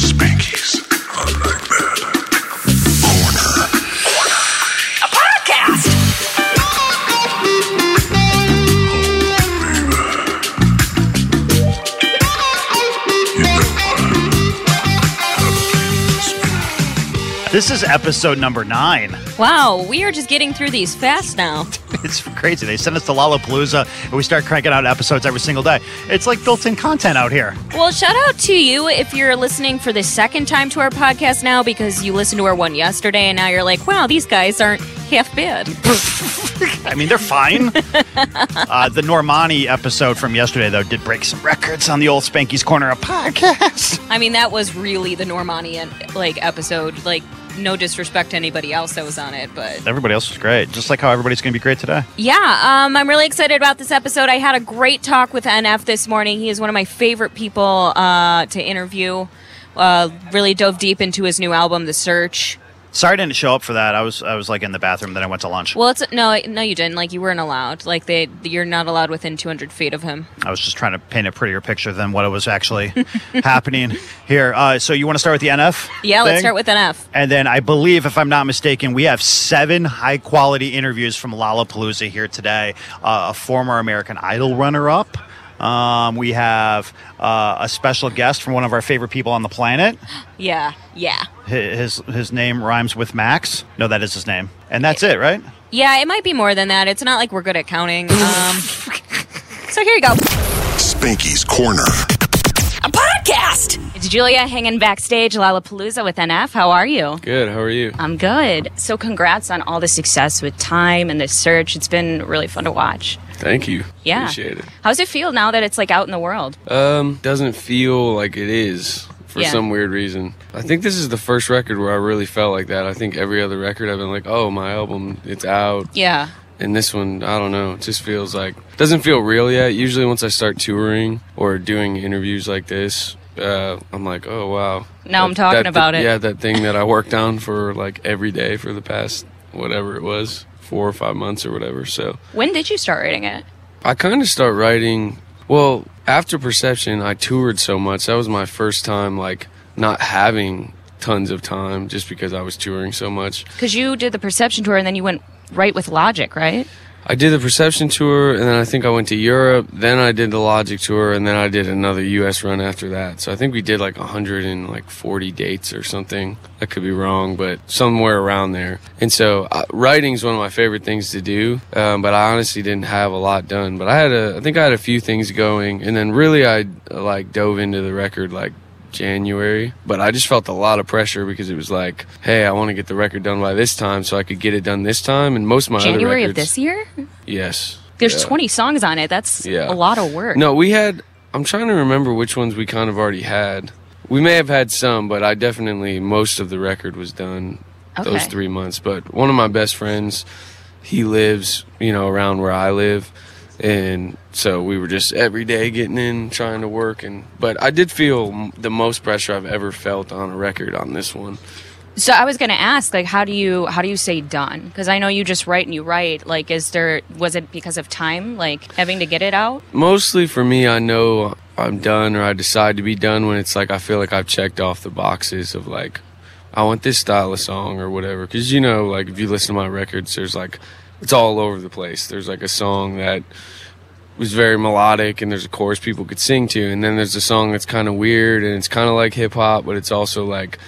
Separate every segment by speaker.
Speaker 1: Spankies. I like that.
Speaker 2: a podcast.
Speaker 3: This is episode number nine.
Speaker 4: Wow, we are just getting through these fast now.
Speaker 3: It's crazy. They send us to Lollapalooza and we start cranking out episodes every single day. It's like built in content out here.
Speaker 4: Well, shout out to you if you're listening for the second time to our podcast now because you listened to our one yesterday and now you're like, wow, these guys aren't half bad.
Speaker 3: I mean, they're fine. uh, the Normani episode from yesterday, though, did break some records on the old Spanky's Corner of podcast.
Speaker 4: I mean, that was really the Normani uh, like episode. Like, no disrespect to anybody else that was on it, but
Speaker 3: Everybody else was great, just like how everybody's going to be great today.
Speaker 4: Yeah, um, I'm really excited about this episode. I had a great talk with NF this morning. He is one of my favorite people uh, to interview. Uh, really dove deep into his new album, The Search.
Speaker 3: Sorry I didn't show up for that. I was I was like in the bathroom, then I went to lunch.
Speaker 4: Well, it's no, no, you didn't. Like you weren't allowed. Like they, you're not allowed within 200 feet of him.
Speaker 3: I was just trying to paint a prettier picture than what was actually happening here. Uh, so you want to start with the NF?
Speaker 4: Yeah, let's
Speaker 3: thing?
Speaker 4: start with an F.
Speaker 3: And then I believe, if I'm not mistaken, we have seven high quality interviews from Lollapalooza here today. Uh, a former American Idol runner up. Um, we have uh, a special guest from one of our favorite people on the planet.
Speaker 4: Yeah, yeah,
Speaker 3: Hi- His his name rhymes with Max. No, that is his name. And that's it, right?
Speaker 4: yeah. It might be more than that. It's not like we're good at counting. Um, so here you go.
Speaker 1: Spanky's Corner.
Speaker 2: A podcast.
Speaker 4: It's Julia hanging backstage Lollapalooza with NF. How are you?
Speaker 5: Good. How are you?
Speaker 4: I'm good. So congrats on all the success with Time and the Search. It's been really fun to watch.
Speaker 5: Thank you.
Speaker 4: Yeah.
Speaker 5: Appreciate it.
Speaker 4: How's it feel now that it's like out in the world?
Speaker 5: Um, doesn't feel like it is for
Speaker 4: Yeah.
Speaker 5: some weird reason. I think this is the first record where I really felt like that. I think every other record I've been like, oh, my album, it's out.
Speaker 4: Yeah.
Speaker 5: And this one, I don't know. It just feels like doesn't feel real yet. Usually, once I start touring or doing interviews like this. Uh, I'm like, oh wow.
Speaker 4: Now I'm talking
Speaker 5: that-
Speaker 4: about it.
Speaker 5: Yeah, that thing that I worked on for like every day for the past whatever it was, four or five months or whatever. So
Speaker 4: When did you start writing it?
Speaker 5: I kind of start writing. Well, after Perception, I toured so much. That was my first time, like, not having tons of time just because I was touring so much.
Speaker 4: Because you did the Perception tour and then you went right with Logic, right?
Speaker 5: I did the Perception tour, and then I think I went to Europe. Then I did the Logic tour, and then I did another U.S. run after that. So I think we did like 140 dates or something. I could be wrong, but somewhere around there. And so uh, writing's one of my favorite things to do, um, but I honestly didn't have a lot done. But I had a, I think I had a few things going, and then really I uh, like dove into the record like January, but I just felt a lot of pressure because it was like, hey, I want to get the record done by this time so I could get it done this time. And most of my other
Speaker 4: January
Speaker 5: records,
Speaker 4: of this year?
Speaker 5: Yes.
Speaker 4: There's
Speaker 5: Yeah.
Speaker 4: 20 songs on it. That's
Speaker 5: Yeah.
Speaker 4: a lot of work.
Speaker 5: No, we had. I'm trying to remember which ones we kind of already had. We may have had some, but I definitely most of the record was done those
Speaker 4: Okay.
Speaker 5: three months. But one of my best friends, he lives you know around where I live, and so we were just every day getting in, trying to work. And but I did feel m- the most pressure I've ever felt on a record on this one.
Speaker 4: So I was going to ask like how do you how do you say done? Cuz I know you just write and you write. Like is there was it because of time like having to get it out?
Speaker 5: mostly for me i know i'm done or i decide to be done when it's like i feel like i've checked off the boxes of like i want this style of song or whatever because you know like if you listen to my records there's like it's all over the place there's like a song that was very melodic and there's a chorus people could sing to and then there's a song that's kind of weird and it's kind of like hip hop but it's also like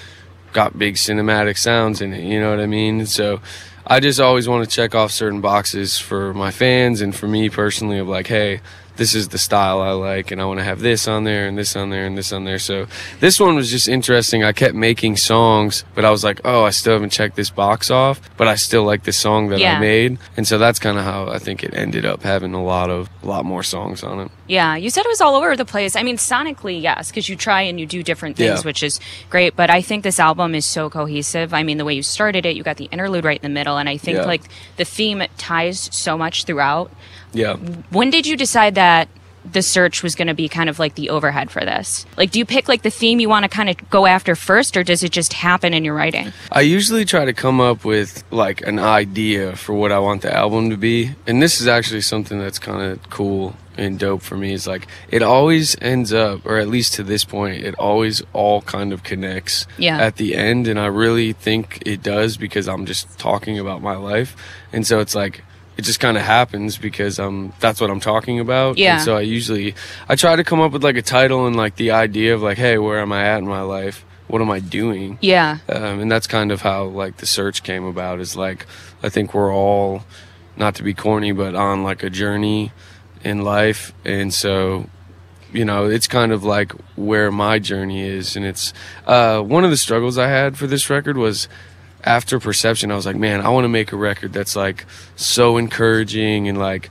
Speaker 5: got big cinematic sounds in it you know what i mean so i just always want to check off certain boxes for my fans and for me personally of like hey this is the style I like and I want to have this on there and this on there and this on there. So this one was just interesting. I kept making songs, but I was like, oh, I still haven't checked this box off, but I still like this song that
Speaker 4: Yeah.
Speaker 5: I made. And so that's kind of how I think it ended up having a lot of, a lot more songs on it.
Speaker 4: Yeah, you said it was all over the place. I mean, sonically, yes, because you try and you do different things,
Speaker 5: Yeah.
Speaker 4: which is great. But I think this album is so cohesive. I mean, the way you started it, you got the interlude right in the middle, and I think
Speaker 5: Yeah.
Speaker 4: like the theme ties so much throughout.
Speaker 5: Yeah.
Speaker 4: When did you decide that the search was going to be kind of like the overhead for this? Like, do you pick like the theme you want to kind of go after first, or does it just happen in your writing?
Speaker 5: I usually try to come up with like an idea for what I want the album to be. And this is actually something that's kind of cool and dope for me. Is like it always ends up, or at least to this point, it always all kind of connects
Speaker 4: Yeah.
Speaker 5: at the end. And I really think it does because I'm just talking about my life. And so it's like, it just kind of happens because um that's what I'm talking about.
Speaker 4: Yeah.
Speaker 5: And so I usually I try to come up with like a title and like the idea of like, hey, where am I at in my life? What am I doing?
Speaker 4: Yeah.
Speaker 5: um, and that's kind of how like the search came about is like i think we're all not to be corny but on like a journey in life and so you know it's kind of like where my journey is and it's uh, one of the struggles i had for this record was after perception i was like man i want to make a record that's like so encouraging and like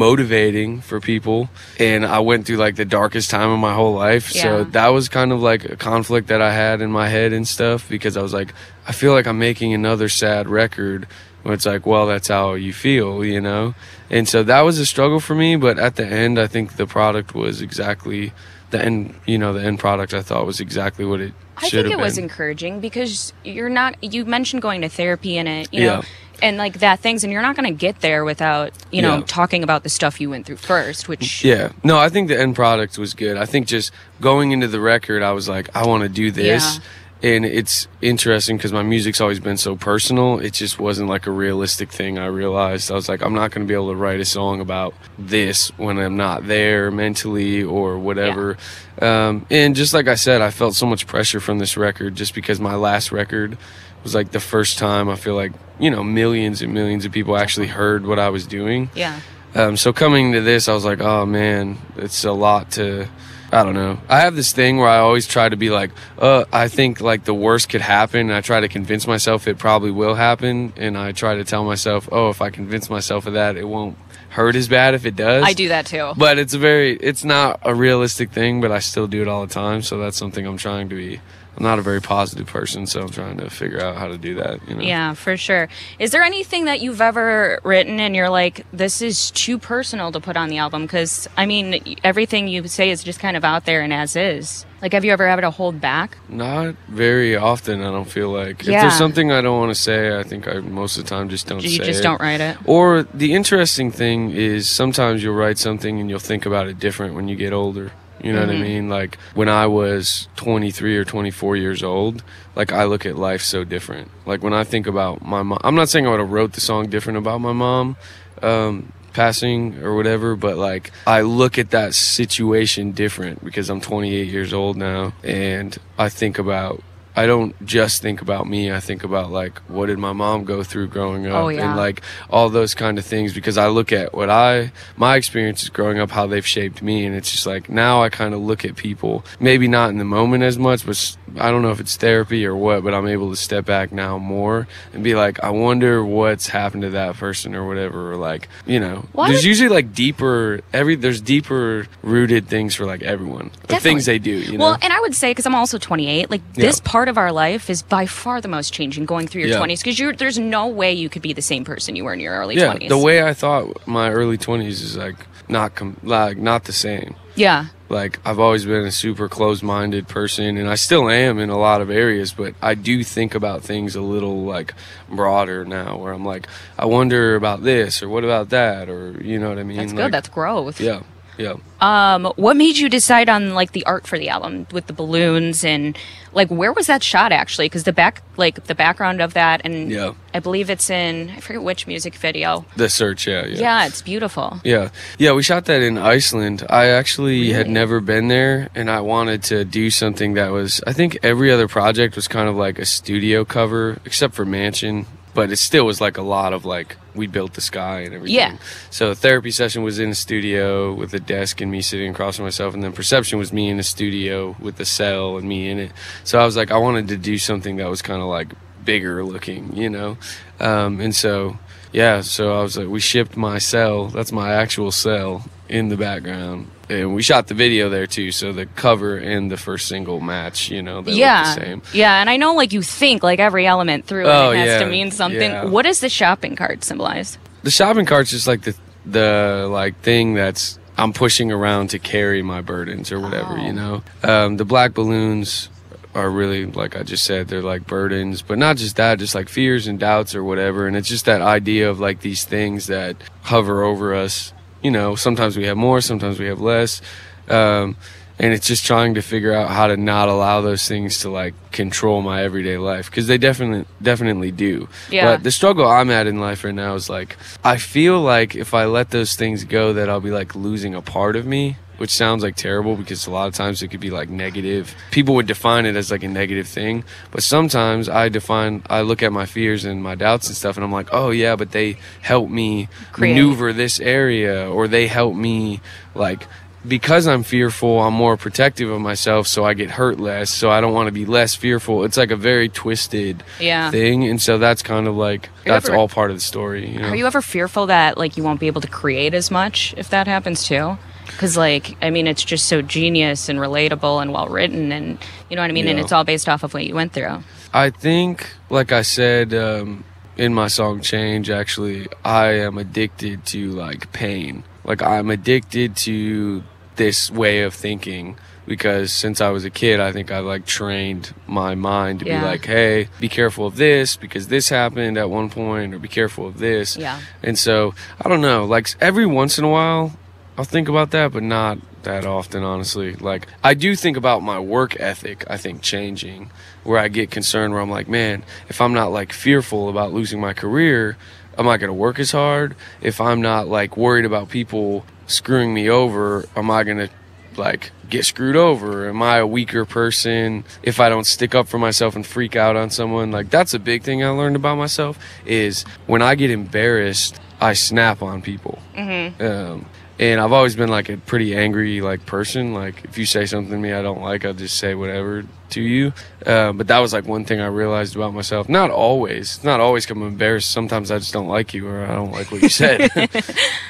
Speaker 5: motivating for people and i went through like the darkest time of my whole life
Speaker 4: Yeah.
Speaker 5: so that was kind of like a conflict that i had in my head and stuff because i was like i feel like i'm making another sad record when it's like well that's how you feel you know and so that was a struggle for me but at the end i think the product was exactly the end you know the end product i thought was exactly what it
Speaker 4: I
Speaker 5: should
Speaker 4: think it
Speaker 5: have
Speaker 4: was
Speaker 5: been.
Speaker 4: encouraging because you're not. You mentioned going to therapy in it, you know,
Speaker 5: Yeah.
Speaker 4: and like that things, and you're not going to get there without you know
Speaker 5: Yeah.
Speaker 4: talking about the stuff you went through first. Which
Speaker 5: Yeah. No, I think the end product was good. I think just going into the record, I was like, I want to do this.
Speaker 4: Yeah.
Speaker 5: And it's interesting because my music's always been so personal. It just wasn't like a realistic thing. I realized I was like, I'm not going to be able to write a song about this when I'm not there mentally or whatever. Um, and just like I said, I felt so much pressure from this record just because my last record was like the first time I feel like, you know, millions and millions of people actually heard what I was doing.
Speaker 4: yeah,
Speaker 5: Um, so coming to this, I was like, oh man, it's a lot to. I don't know. I have this thing where I always try to be like, uh, I think like the worst could happen. And I try to convince myself it probably will happen. And I try to tell myself, oh, if I convince myself of that, it won't hurt as bad if it does.
Speaker 4: I do that too.
Speaker 5: But it's a very, it's not a realistic thing, but I still do it all the time. So that's something I'm trying to be. I'm not a very positive person. So I'm trying to figure out how to do that, you know?
Speaker 4: yeah, for sure. Is there anything that you've ever written and you're like, this is too personal to put on the album? Because I mean, everything you say is just kind of out there and as is. Like, have you ever had to hold back?
Speaker 5: Not very often, I don't feel like. If
Speaker 4: Yeah.
Speaker 5: there's something I don't want to say, I think I most of the time just don't
Speaker 4: You
Speaker 5: say
Speaker 4: just
Speaker 5: it.
Speaker 4: don't write it.
Speaker 5: Or the interesting thing is sometimes you'll write something and you'll think about it different when you get older. You know what
Speaker 4: Mm-hmm.
Speaker 5: I mean? Like when I was 23 or 24 years old, like I look at life so different. Like when I think about my mom, I'm not saying I would have wrote the song different about my mom um, passing or whatever, but like I look at that situation different because I'm 28 years old now and I think about. I don't just think about me. I think about like what did my mom go through growing up
Speaker 4: Oh, yeah.
Speaker 5: and like like all those kind of things because I look at what I my experiences growing up how they've shaped me and it's just like now I kind of look at people maybe not in the moment as much but s- I don't know if it's therapy or what but I'm able to step back now more and be like I wonder what's happened to that person or whatever or like you know
Speaker 4: Why
Speaker 5: there's
Speaker 4: would-
Speaker 5: usually like deeper every there's deeper rooted things for like everyone the things they do you know
Speaker 4: Well, and I would say because I'm also 28, like
Speaker 5: Yeah.
Speaker 4: this part of our life is by far the most changing going through your
Speaker 5: Yeah.
Speaker 4: 20s because you there's no way you could be the same person you were in your early
Speaker 5: yeah
Speaker 4: 20s.
Speaker 5: the way I thought my early 20s is like not com- like not the same
Speaker 4: yeah,
Speaker 5: like I've always been a super closed-minded person and I still am in a lot of areas but I do think about things a little like broader now where I'm like I wonder about this or what about that or you know what I mean
Speaker 4: that's
Speaker 5: Like,
Speaker 4: good. That's growth.
Speaker 5: yeah yeah
Speaker 4: Um, what made you decide on like the art for the album with the balloons and like where was that shot actually? Because the back like the background of that and
Speaker 5: Yeah.
Speaker 4: I believe it's in I forget which music video.
Speaker 5: the search yeah yeah
Speaker 4: Yeah, it's beautiful.
Speaker 5: Yeah. Yeah, we shot that in Iceland. I actually had never been there and I wanted to do something that was I think every other project was kind of like a studio cover except for Mansion. but it still was like a lot of like we built the sky and everything.
Speaker 4: Yeah.
Speaker 5: So therapy session was in the studio with a desk and me sitting across from myself, and then perception was me in the studio with the cell and me in it. So I was like, I wanted to do something that was kind of like bigger looking, you know, um, and so. Yeah, so I was like, we shipped my cell. That's my actual cell in the background, and we shot the video there too. So the cover and the first single match. You know, they
Speaker 4: yeah,
Speaker 5: look the same.
Speaker 4: yeah, and I know like you think like every element through
Speaker 5: Oh,
Speaker 4: it has to
Speaker 5: yeah,
Speaker 4: mean something.
Speaker 5: yeah.
Speaker 4: What does the shopping cart symbolize?
Speaker 5: The shopping cart's just like the the like thing that's I'm pushing around to carry my burdens or whatever, you know. Um, the black balloons are really like I just said, they're like burdens, but not just that, just like fears and doubts or whatever. And it's just that idea of like these things that hover over us. You know, sometimes we have more, sometimes we have less. Um, and it's just trying to figure out how to not allow those things to like control my everyday life because they definitely definitely do.
Speaker 4: Yeah.
Speaker 5: But the struggle I'm at in life right now is like I feel like if I let those things go, that I'll be like losing a part of me, which sounds like terrible because a lot of times it could be like negative. People would define it as like a negative thing, but sometimes I define I look at my fears and my doubts and stuff, and I'm like, oh yeah, but they help me
Speaker 4: Create.
Speaker 5: maneuver this area, or they help me like because I'm fearful, I'm more protective of myself, so I get hurt less, so I don't want to be less fearful. It's like a very twisted
Speaker 4: Yeah.
Speaker 5: thing, and so that's kind of like
Speaker 4: you
Speaker 5: that's
Speaker 4: ever-
Speaker 5: all part of the story. You know?
Speaker 4: Are you ever fearful that like you won't be able to create as much if that happens too? Because like I mean, it's just so genius and relatable and well written, and you know what I mean. And
Speaker 5: Yeah.
Speaker 4: it's all based off of what you went through.
Speaker 5: I think, like I said um, in my song "Change," actually, I am addicted to like pain. Like I'm addicted to this way of thinking because since I was a kid, I think I like trained my mind to
Speaker 4: Yeah.
Speaker 5: be like, "Hey, be careful of this because this happened at one point," or "Be careful of this."
Speaker 4: Yeah.
Speaker 5: And so I don't know. Like every once in a while, I'll think about that, but not that often, honestly. Like I do think about my work ethic. I think changing, where I get concerned, where I'm like, man, if I'm not like fearful about losing my career, am I going to work as hard? If I'm not like worried about people screwing me over, am I going to like get screwed over? Am I a weaker person if I don't stick up for myself and freak out on someone? Like that's a big thing I learned about myself is when I get embarrassed, I snap on people. Mm-hmm. Um, and I've always been like a pretty angry like person. Like if you say something to me I don't like, I'll just say whatever to you. Uh, but that was like one thing I realized about myself. Not always. It's Not always come embarrassed. Sometimes I just don't like you or I don't like what you said.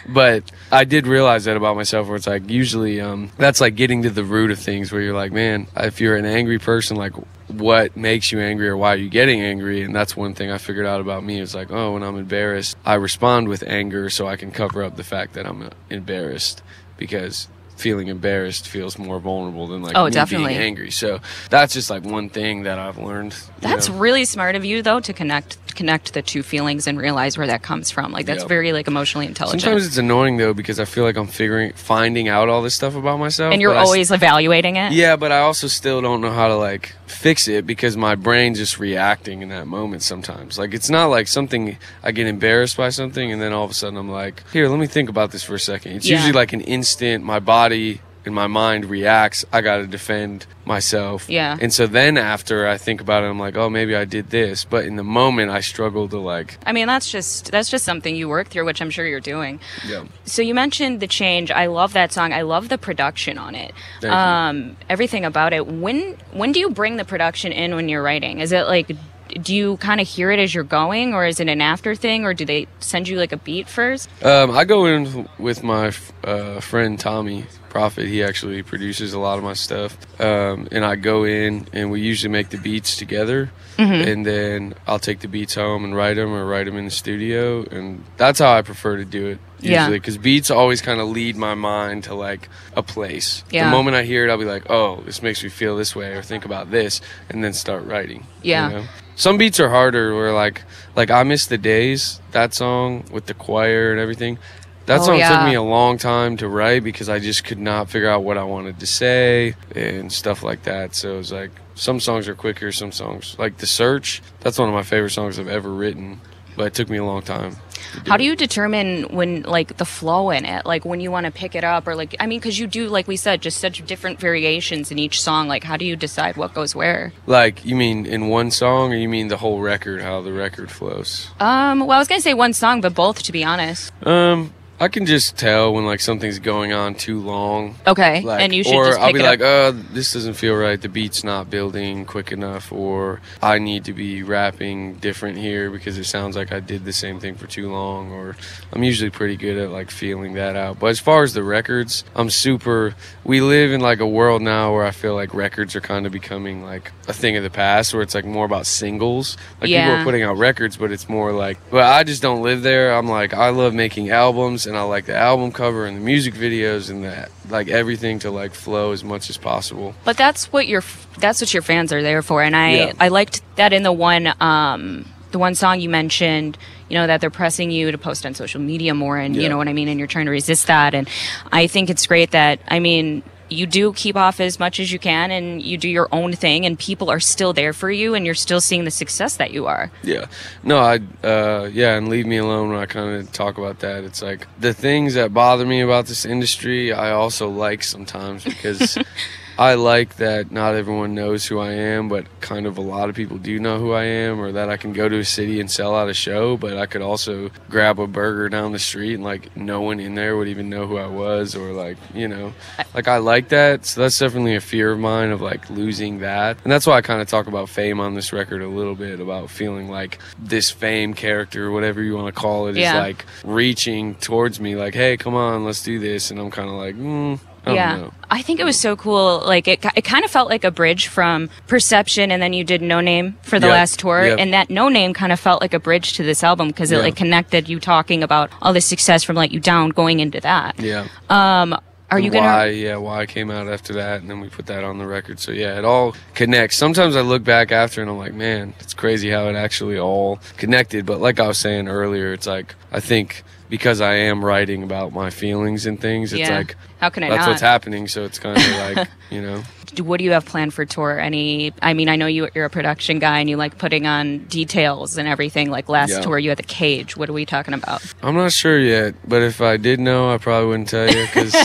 Speaker 5: but I did realize that about myself where it's like usually um, that's like getting to the root of things where you're like, man, if you're an angry person, like what makes you angry or why are you getting angry? And that's one thing I figured out about me is like, oh, when I'm embarrassed, I respond with anger so I can cover up the fact that I'm uh, embarrassed because feeling embarrassed feels more vulnerable than like
Speaker 4: Oh,
Speaker 5: me
Speaker 4: definitely.
Speaker 5: being angry. So that's just like one thing that I've learned. you
Speaker 4: That's
Speaker 5: know?
Speaker 4: really smart of you, though, to connect connect the two feelings and realize where that comes from. Like that's
Speaker 5: Yeah.
Speaker 4: very like emotionally intelligent.
Speaker 5: Sometimes it's annoying though because I feel like I'm figuring finding out all this stuff about myself.
Speaker 4: and you're
Speaker 5: but I s-
Speaker 4: always evaluating it.
Speaker 5: Yeah, but I also still don't know how to like fix it because my brain's just reacting in that moment sometimes. Like it's not like something I get embarrassed by something and then all of a sudden I'm like, here, let me think about this for a second. It's
Speaker 4: Yeah.
Speaker 5: usually like an instant my body and my mind reacts. I gotta defend myself.
Speaker 4: Yeah.
Speaker 5: And so then after I think about it, I'm like, oh maybe I did this. But in the moment I struggle to like
Speaker 4: I mean, that's just that's just something you work through, which I'm sure you're doing.
Speaker 5: yeah.
Speaker 4: So you mentioned the change. I love that song. I love the production on it.
Speaker 5: Thank you.
Speaker 4: Um, everything about it. When when do you bring the production in when you're writing? Is it like do you kind of hear it as you're going, or is it an after thing, or do they send you like a beat first?
Speaker 5: Um, I go in with my f- uh, friend Tommy Prophet. He actually produces a lot of my stuff, um, and I go in and we usually make the beats together,
Speaker 4: Mm-hmm.
Speaker 5: and then I'll take the beats home and write them or write them in the studio, and that's how I prefer to do it
Speaker 4: Yeah.
Speaker 5: usually because beats always kind of lead my mind to like a place.
Speaker 4: Yeah.
Speaker 5: The moment I hear it, I'll be like, oh, this makes me feel this way, or think about this, and then start writing. you
Speaker 4: Yeah.
Speaker 5: know? Some beats are harder. Where like, like I miss the days that song with the choir and everything. That
Speaker 4: Oh,
Speaker 5: song
Speaker 4: yeah.
Speaker 5: took me a long time to write because I just could not figure out what I wanted to say and stuff like that. So it was like some songs are quicker, some songs like the search. That's one of my favorite songs I've ever written, but it took me a long time.
Speaker 4: How do you determine when like the flow in it, like when you want to pick it up, or like I mean, because you do like we said, just such different variations in each song. Like, how do you decide what goes where?
Speaker 5: Like, you mean in one song, or you mean the whole record? How the record flows?
Speaker 4: Um, well, I was gonna say one song, but both, to be honest.
Speaker 5: Um, I can just tell when like something's going on too long.
Speaker 4: Okay,
Speaker 5: Like,
Speaker 4: and you should
Speaker 5: or
Speaker 4: just pick
Speaker 5: I'll be
Speaker 4: it
Speaker 5: like,
Speaker 4: up.
Speaker 5: uh, this doesn't feel right. The beat's not building quick enough, or I need to be rapping different here because it sounds like I did the same thing for too long. Or I'm usually pretty good at like feeling that out. But as far as the records, I'm super. We live in like a world now where I feel like records are kind of becoming like a thing of the past, where it's like more about singles. Like people
Speaker 4: Yeah.
Speaker 5: are putting out records, but it's more like. But I just don't live there. I'm like, I love making albums, and I like the album cover and the music videos and that, like everything to like flow as much as possible.
Speaker 4: But that's what your that's what your fans are there for, and I
Speaker 5: Yeah.
Speaker 4: I liked that in the one um the one song you mentioned, you know that they're pressing you to post on social media more, and
Speaker 5: Yeah.
Speaker 4: you know what I mean, and you're trying to resist that, and I think it's great that I mean you do keep off as much as you can and you do your own thing and people are still there for you and you're still seeing the success that you are
Speaker 5: Yeah. No, I, uh, yeah, and leave me alone when I kind of talk about that. It's like the things that bother me about this industry, I also like sometimes because I like that not everyone knows who I am, but kind of a lot of people do know who I am, or that I can go to a city and sell out a show, but I could also grab a burger down the street and like no one in there would even know who I was, or like, you know, like I like that. So that's definitely a fear of mine of like losing that. And that's why I kind of talk about fame on this record a little bit about feeling like this fame character, whatever you want to call it, is
Speaker 4: Yeah.
Speaker 5: like reaching towards me, like, hey, come on, let's do this. And I'm kind of like, mm, I don't know.
Speaker 4: I think it was so cool. Like it, ki- it kind of felt like a bridge from Perception, and then you did No Name for the
Speaker 5: Yep,
Speaker 4: last tour,
Speaker 5: yep.
Speaker 4: and that No Name kind of felt like a bridge to this album because it
Speaker 5: Yeah.
Speaker 4: like connected you talking about all the success from Let You Down going into that. Um,
Speaker 5: Yeah.
Speaker 4: Are you
Speaker 5: and
Speaker 4: gonna?
Speaker 5: why yeah why came out after that and then we put that on the record so yeah it all connects sometimes i look back after and i'm like man it's crazy how it actually all connected but like i was saying earlier it's like i think because i am writing about my feelings and things it's
Speaker 4: Yeah.
Speaker 5: like
Speaker 4: How can I
Speaker 5: that's
Speaker 4: not?
Speaker 5: what's happening so it's kind of like you know
Speaker 4: Do- What do you have planned for tour? Any? I mean, I know you you're a production guy and you like putting on details and everything. Like last
Speaker 5: Yeah.
Speaker 4: tour, you had the cage. What are we talking about?
Speaker 5: i'm not sure yet but if i did know i probably wouldn't tell you because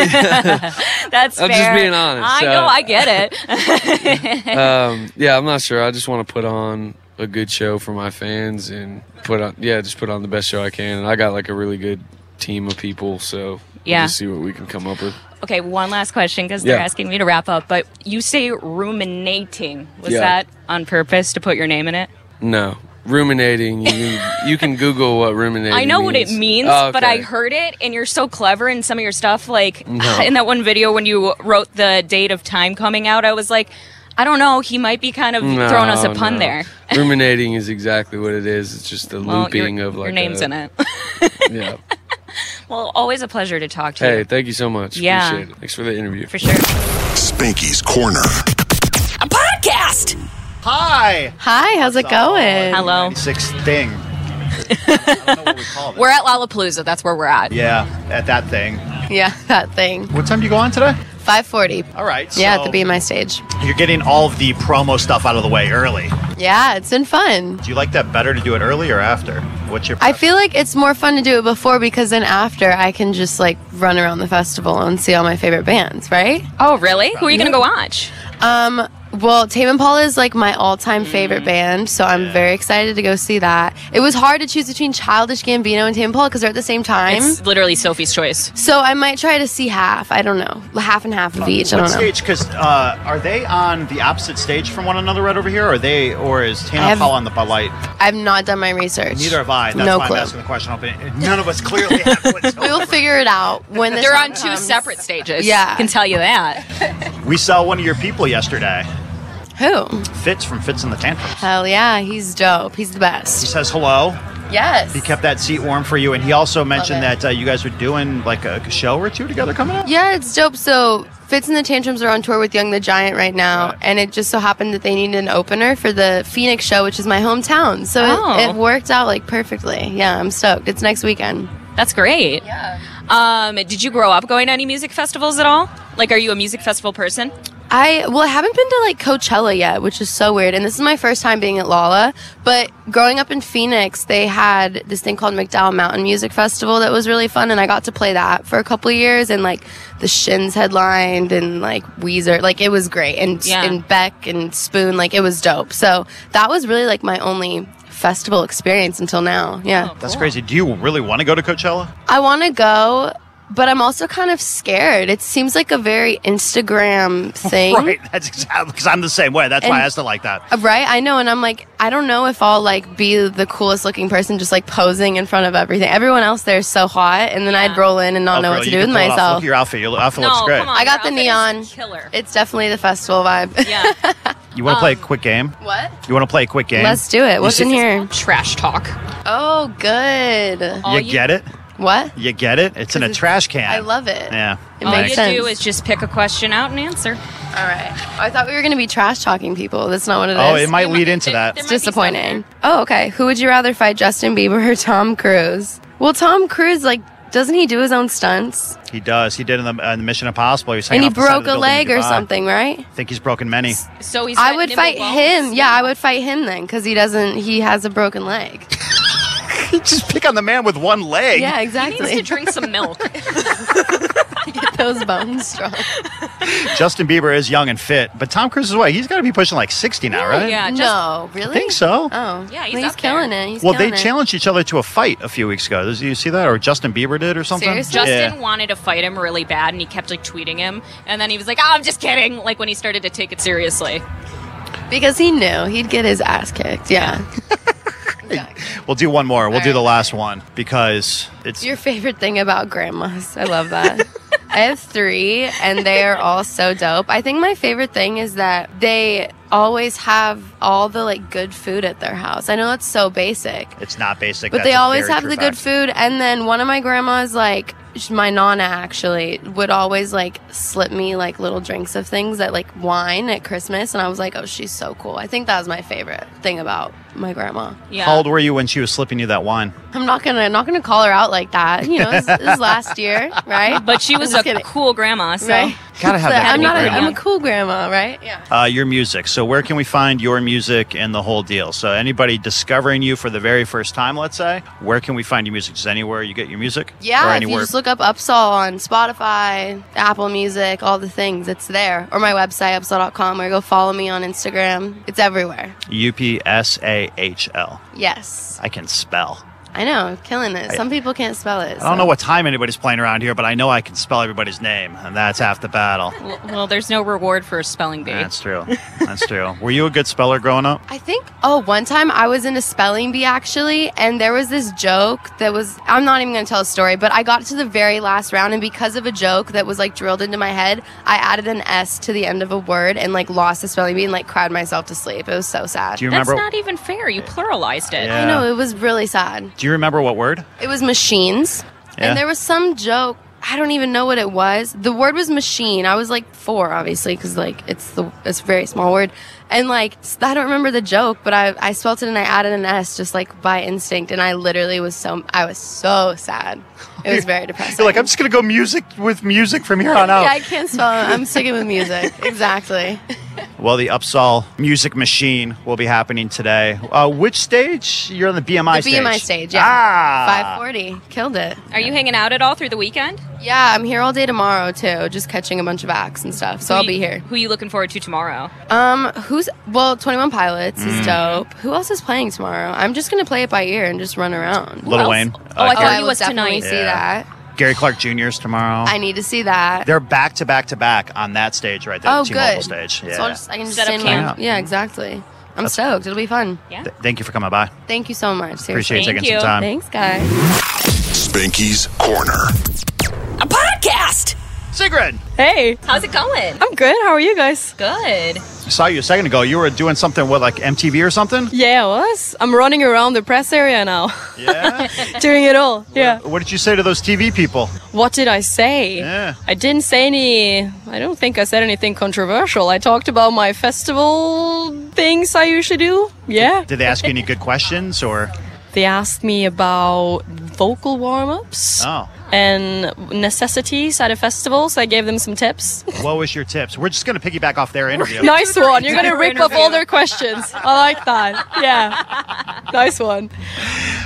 Speaker 4: That's
Speaker 5: I'm just
Speaker 4: fair.
Speaker 5: being honest,
Speaker 4: I
Speaker 5: so-
Speaker 4: know. I get it.
Speaker 5: um, yeah i'm not sure i just want to put on a good show for my fans and put on yeah just put on the best show i can and i got like a really good team of people so
Speaker 4: Yeah.
Speaker 5: we'll just see what we can come up with
Speaker 4: Okay, one last question because
Speaker 5: Yeah.
Speaker 4: they're asking me to wrap up. But you say ruminating. Was
Speaker 5: Yeah.
Speaker 4: that on purpose to put your name in it?
Speaker 5: No. Ruminating. You can, you can Google what ruminating
Speaker 4: I know what it means,
Speaker 5: Oh,
Speaker 4: but
Speaker 5: okay. Mm-hmm.
Speaker 4: I heard it, and you're so clever in some of your stuff. Like in that one video when you wrote the date of time coming out, I was like, I don't know. He might be kind of
Speaker 5: No,
Speaker 4: throwing us a pun
Speaker 5: no.
Speaker 4: there.
Speaker 5: ruminating is exactly what it is. It's just the
Speaker 4: Well, your,
Speaker 5: looping of like.
Speaker 4: your name's
Speaker 5: a-
Speaker 4: in it.
Speaker 5: Yeah.
Speaker 4: well, always a pleasure to talk to
Speaker 5: Hey,
Speaker 4: you.
Speaker 5: thank you so much.
Speaker 4: Yeah.
Speaker 5: Appreciate it. Thanks for the interview.
Speaker 4: For sure.
Speaker 1: Spanky's Corner.
Speaker 2: A podcast.
Speaker 3: Hi.
Speaker 6: Hi, how's it going?
Speaker 4: Hello.
Speaker 3: Sixth thing. I don't know what we call this.
Speaker 4: We're at Lollapalooza. That's where we're at.
Speaker 3: yeah, at that thing.
Speaker 6: Yeah, that thing.
Speaker 3: What time do you go on today?
Speaker 6: 540.
Speaker 3: All right.
Speaker 6: Yeah, at
Speaker 3: so
Speaker 6: the Be My Stage.
Speaker 3: You're getting all of the promo stuff out of the way early.
Speaker 6: Yeah, it's been fun.
Speaker 3: Do you like that better to do it early or after? What's your?
Speaker 6: I feel like it's more fun to do it before because then after I can just like run around the festival and see all my favorite bands, right?
Speaker 4: Oh, really? Who are you going to go watch?
Speaker 6: Um, well, Tame Impala is like my all-time favorite
Speaker 3: Mm-hmm.
Speaker 6: band, so I'm very excited to go see that. It was hard to choose between Childish Gambino and Tame Impala because they're at the same time.
Speaker 4: It's literally Sophie's choice.
Speaker 6: so I might try to see half. I don't know, half and half of each. I
Speaker 3: What
Speaker 6: don't know.
Speaker 3: stage? Because uh, are they on the opposite stage from one another right over here? Or are they, or is
Speaker 6: I
Speaker 3: Tana
Speaker 6: have-
Speaker 3: Paul on the Bud Light?
Speaker 6: I've not done my research.
Speaker 3: Neither have I. That's
Speaker 6: no
Speaker 3: why
Speaker 6: clue.
Speaker 3: I'm asking the question. Open. None of us clearly have
Speaker 6: We will
Speaker 3: whatsoever.
Speaker 6: figure it out when the
Speaker 4: They're
Speaker 6: time
Speaker 4: on two
Speaker 6: comes.
Speaker 4: separate stages.
Speaker 6: Yeah.
Speaker 4: I can tell you that.
Speaker 3: We saw one of your people yesterday,
Speaker 6: Who?
Speaker 3: Fitz from Fitz and the Tantrums.
Speaker 6: Hell yeah, he's dope. He's the
Speaker 3: He
Speaker 6: best.
Speaker 3: says hello.
Speaker 6: Yes.
Speaker 3: He kept that seat warm for you, and he also mentioned
Speaker 6: it.
Speaker 3: that uh, you guys were doing like a show or two together coming up.
Speaker 6: Yeah, it's dope. So Fitz and the Tantrums are on tour with Young the Giant right now, and it just so happened that they needed an opener for the Phoenix show, which is my hometown. So
Speaker 4: Oh.
Speaker 6: it, it worked out like perfectly. Yeah, I'm stoked. It's next weekend.
Speaker 4: That's great. Yeah. Um, did you grow up going to any music festivals at all? Like, are you a music festival person?
Speaker 6: I well, I haven't been to like Coachella yet, which is so weird. And this is my first time being at Lala. But growing up in Phoenix, they had this thing called McDowell Mountain Music Festival that was really fun, and I got to play that for a couple of years. And like the Shins headlined, and like Weezer, like it was great, and
Speaker 4: Yeah.
Speaker 6: and Beck and Spoon, like it was dope. So that was really like my only festival experience until now. Yeah.
Speaker 3: That's crazy. Do you really want to go to Coachella?
Speaker 6: I want to go, but I'm also kind of scared. It seems like a very Instagram thing.
Speaker 3: Right. That's exactly because I'm the same way. That's why I
Speaker 6: And-
Speaker 3: asked it like that.
Speaker 6: Uh, Right? I know. And I'm like, I don't know if I'll like be the coolest looking person just like posing in front of everything. Everyone else there is so hot. And then I'd roll in and not
Speaker 3: Oh,
Speaker 6: know
Speaker 3: girl,
Speaker 6: what to
Speaker 3: you
Speaker 6: do
Speaker 3: can
Speaker 6: with
Speaker 3: pull it off. Look
Speaker 6: myself.
Speaker 3: at your outfit. Your outfit
Speaker 4: No,
Speaker 3: looks great.
Speaker 4: come on.
Speaker 6: I got
Speaker 4: your
Speaker 6: the
Speaker 4: outfit is
Speaker 6: neon.
Speaker 4: Killer.
Speaker 6: It's definitely the festival vibe.
Speaker 4: yeah.
Speaker 3: You want to
Speaker 4: Um,
Speaker 3: play a quick game?
Speaker 6: what?
Speaker 3: You want to play a quick game?
Speaker 6: Let's do it. What's in here?
Speaker 4: Trash talk.
Speaker 6: Oh, good.
Speaker 4: All
Speaker 3: You get it?
Speaker 6: What?
Speaker 3: You get it? It's in a
Speaker 6: it's-
Speaker 3: trash can.
Speaker 6: I love it.
Speaker 3: Yeah.
Speaker 6: It
Speaker 4: All
Speaker 6: makes
Speaker 4: you
Speaker 6: sense.
Speaker 4: do is just pick a question out and answer.
Speaker 6: All right. I thought we were going to be trash talking people. That's not what it is.
Speaker 3: Oh, it might lead
Speaker 4: might-
Speaker 3: into
Speaker 4: it-
Speaker 3: that.
Speaker 4: there
Speaker 6: It's
Speaker 4: might be something.
Speaker 6: disappointing. Oh, okay. Who would you rather fight, Justin Bieber or Tom Cruise? Well, Tom Cruise, like, doesn't he do his own stunts?
Speaker 3: He does. He did in the, uh, in the Mission Impossible. He was
Speaker 6: and
Speaker 3: hanging
Speaker 6: he
Speaker 3: off the side of
Speaker 6: broke
Speaker 3: the
Speaker 6: a
Speaker 3: building in
Speaker 6: leg or
Speaker 3: Dubai.
Speaker 6: something, right?
Speaker 3: I think he's broken many.
Speaker 4: So he's.
Speaker 6: I
Speaker 4: got
Speaker 6: would
Speaker 4: nibble
Speaker 6: fight
Speaker 4: welts.
Speaker 6: him. Yeah, I would fight him then because he doesn't, he has a broken leg.
Speaker 3: Just pick on the man with one leg.
Speaker 6: yeah,
Speaker 4: He needs
Speaker 6: exactly.
Speaker 4: to drink some milk.
Speaker 6: Get those bones strong.
Speaker 3: Justin Bieber is young and fit, but Tom Cruise is what? He's got to be pushing like 60 now, right?
Speaker 4: Oh, Yeah. Just,
Speaker 6: no, really?
Speaker 3: I think so.
Speaker 6: Oh,
Speaker 4: Yeah, he's
Speaker 6: well,
Speaker 4: up there.
Speaker 6: killing it. He's
Speaker 3: well, they
Speaker 6: killing it.
Speaker 3: challenged each other to a fight a few weeks ago. Did you see that? Or Justin Bieber did or something?
Speaker 6: Seriously?
Speaker 4: Justin
Speaker 3: Yeah.
Speaker 4: wanted to fight him really bad, and he kept like tweeting him, and then he was like, "Oh, I'm just kidding." Like when he started to take it seriously.
Speaker 6: because he knew he'd get his ass kicked. Yeah.
Speaker 3: We'll do one more. We'll
Speaker 6: All
Speaker 3: do
Speaker 6: right.
Speaker 3: the last one because it's
Speaker 6: Your favorite thing about grandmas. I love that. I have three, and they are all so dope. I think my favorite thing is that they always have all the like good food at their house. I know that's so basic,
Speaker 3: it's not basic.
Speaker 6: but
Speaker 3: That's
Speaker 6: they
Speaker 3: a
Speaker 6: always
Speaker 3: very
Speaker 6: have
Speaker 3: true
Speaker 6: the good
Speaker 3: fact.
Speaker 6: food. And then one of my grandmas, like sh- my nonna, actually would always like slip me like little drinks of things that like wine at Christmas, and I was like, oh, she's so cool. I think that was my favorite thing about my grandma.
Speaker 4: Yeah.
Speaker 3: How old were you when she was slipping you that wine?
Speaker 6: I'm not gonna not gonna call her out like that. You know, this, this is last year, right?
Speaker 4: But she was
Speaker 6: Just
Speaker 4: a
Speaker 6: kidding.
Speaker 4: cool grandma, so
Speaker 6: right?
Speaker 3: Gotta have
Speaker 6: So
Speaker 3: that.
Speaker 6: I'm
Speaker 3: cool
Speaker 6: not. A,
Speaker 3: grandma.
Speaker 6: I'm a cool grandma, right? Yeah.
Speaker 3: uh, your music. So where can we find your music and the whole deal? So anybody discovering you for the very first time, let's say, where can we find your music? Is anywhere you get your music? Or
Speaker 6: Yeah, if you
Speaker 3: anywhere.
Speaker 6: just look up Upsall on Spotify, Apple Music, all the things, it's there. Or my website, upsall.com, or go follow me on Instagram. It's everywhere.
Speaker 3: U P S A H L.
Speaker 6: Yes.
Speaker 3: I can spell.
Speaker 6: I know, killing it. Some people can't spell it.
Speaker 3: I don't know what time anybody's playing around here, but I know I can spell everybody's name, and that's half the battle.
Speaker 4: Well, well, there's no reward for a spelling bee.
Speaker 3: That's true. That's true. Were you a good speller growing up?
Speaker 6: I think, oh, one time I was in a spelling bee actually, and there was this joke that was, I'm not even gonna tell a story, but I got to the very last round, and because of a joke that was like drilled into my head, I added an S to the end of a word and like lost the spelling bee and like cried myself to sleep. It was so sad.
Speaker 3: Do you
Speaker 4: That's
Speaker 3: remember?
Speaker 4: not even fair. You pluralized it.
Speaker 3: Yeah.
Speaker 6: I know, it was really sad.
Speaker 3: Do you remember what word?
Speaker 6: It was machines,
Speaker 3: Yeah.
Speaker 6: and there was some joke. I don't even know what it was. The word was machine. I was like four, obviously, because like it's the it's a very small word, and like s- I don't remember the joke, but I I spelt it and I added an s just like by instinct, and I literally was so I was so sad. It was very depressing.
Speaker 3: You're like, I'm just gonna go music with music from here on out.
Speaker 6: yeah, I can't spell. it. I'm sticking with music. Exactly.
Speaker 3: Well, the Upsall Music Machine will be happening today. Uh, which stage? You're on the BMI
Speaker 6: The
Speaker 3: stage.
Speaker 6: BMI stage, yeah.
Speaker 3: Ah.
Speaker 6: Five forty, killed it.
Speaker 4: Are you hanging out at all through the weekend?
Speaker 6: Yeah, I'm here all day tomorrow too, just catching a bunch of acts and stuff. So
Speaker 4: Who
Speaker 6: I'll
Speaker 4: you-
Speaker 6: be here.
Speaker 4: Who you looking forward to tomorrow?
Speaker 6: Um, who's well, Twenty One Pilots
Speaker 3: Mm.
Speaker 6: is dope. Who else is playing tomorrow? I'm just gonna play it by ear and just run around.
Speaker 3: Little
Speaker 4: else?
Speaker 3: Wayne.
Speaker 4: Oh, I
Speaker 6: Oh,
Speaker 4: thought
Speaker 6: I
Speaker 4: he
Speaker 6: will
Speaker 4: was
Speaker 6: definitely
Speaker 4: tonight.
Speaker 6: see
Speaker 3: Yeah.
Speaker 6: that.
Speaker 3: Gary Clark Jr. is tomorrow.
Speaker 6: I need to see that.
Speaker 3: They're back to back to back on that stage right there,
Speaker 6: oh,
Speaker 3: the T-Mobile
Speaker 6: good.
Speaker 3: stage. Yeah.
Speaker 6: So I'll just, I can just
Speaker 4: Set up
Speaker 6: stand in
Speaker 3: camp.
Speaker 6: my- Yeah, exactly. I'm stoked. It'll be fun.
Speaker 4: Yeah.
Speaker 3: Th- Thank you for coming by.
Speaker 6: Thank you so much. Seriously.
Speaker 3: Appreciate you
Speaker 4: Thank
Speaker 3: taking
Speaker 4: you.
Speaker 3: some time.
Speaker 6: Thanks, guys.
Speaker 1: Spanky's Corner.
Speaker 2: A podcast.
Speaker 3: Sigrid,
Speaker 7: Hey,
Speaker 4: How's it going?
Speaker 7: I'm good. How are you guys?
Speaker 4: Good.
Speaker 3: I saw you a second ago. You were doing something with like MTV or something.
Speaker 7: Yeah, I was. I'm running around the press area now,
Speaker 3: Yeah.
Speaker 7: doing it all. Yeah.
Speaker 3: What did you say to those TV people?
Speaker 7: What did I say?
Speaker 3: Yeah.
Speaker 7: I didn't say any. I don't think I said anything controversial. I talked about my festival things I usually do. Yeah.
Speaker 3: Did they ask you any good questions or?
Speaker 7: They asked me about vocal warm ups.
Speaker 3: Oh,
Speaker 7: and necessities at a festival, so I gave them some tips.
Speaker 3: What was your tips? We're just going to piggyback off their interview.
Speaker 7: nice one. You're going to rip up all their questions. I like that. Yeah. Nice one.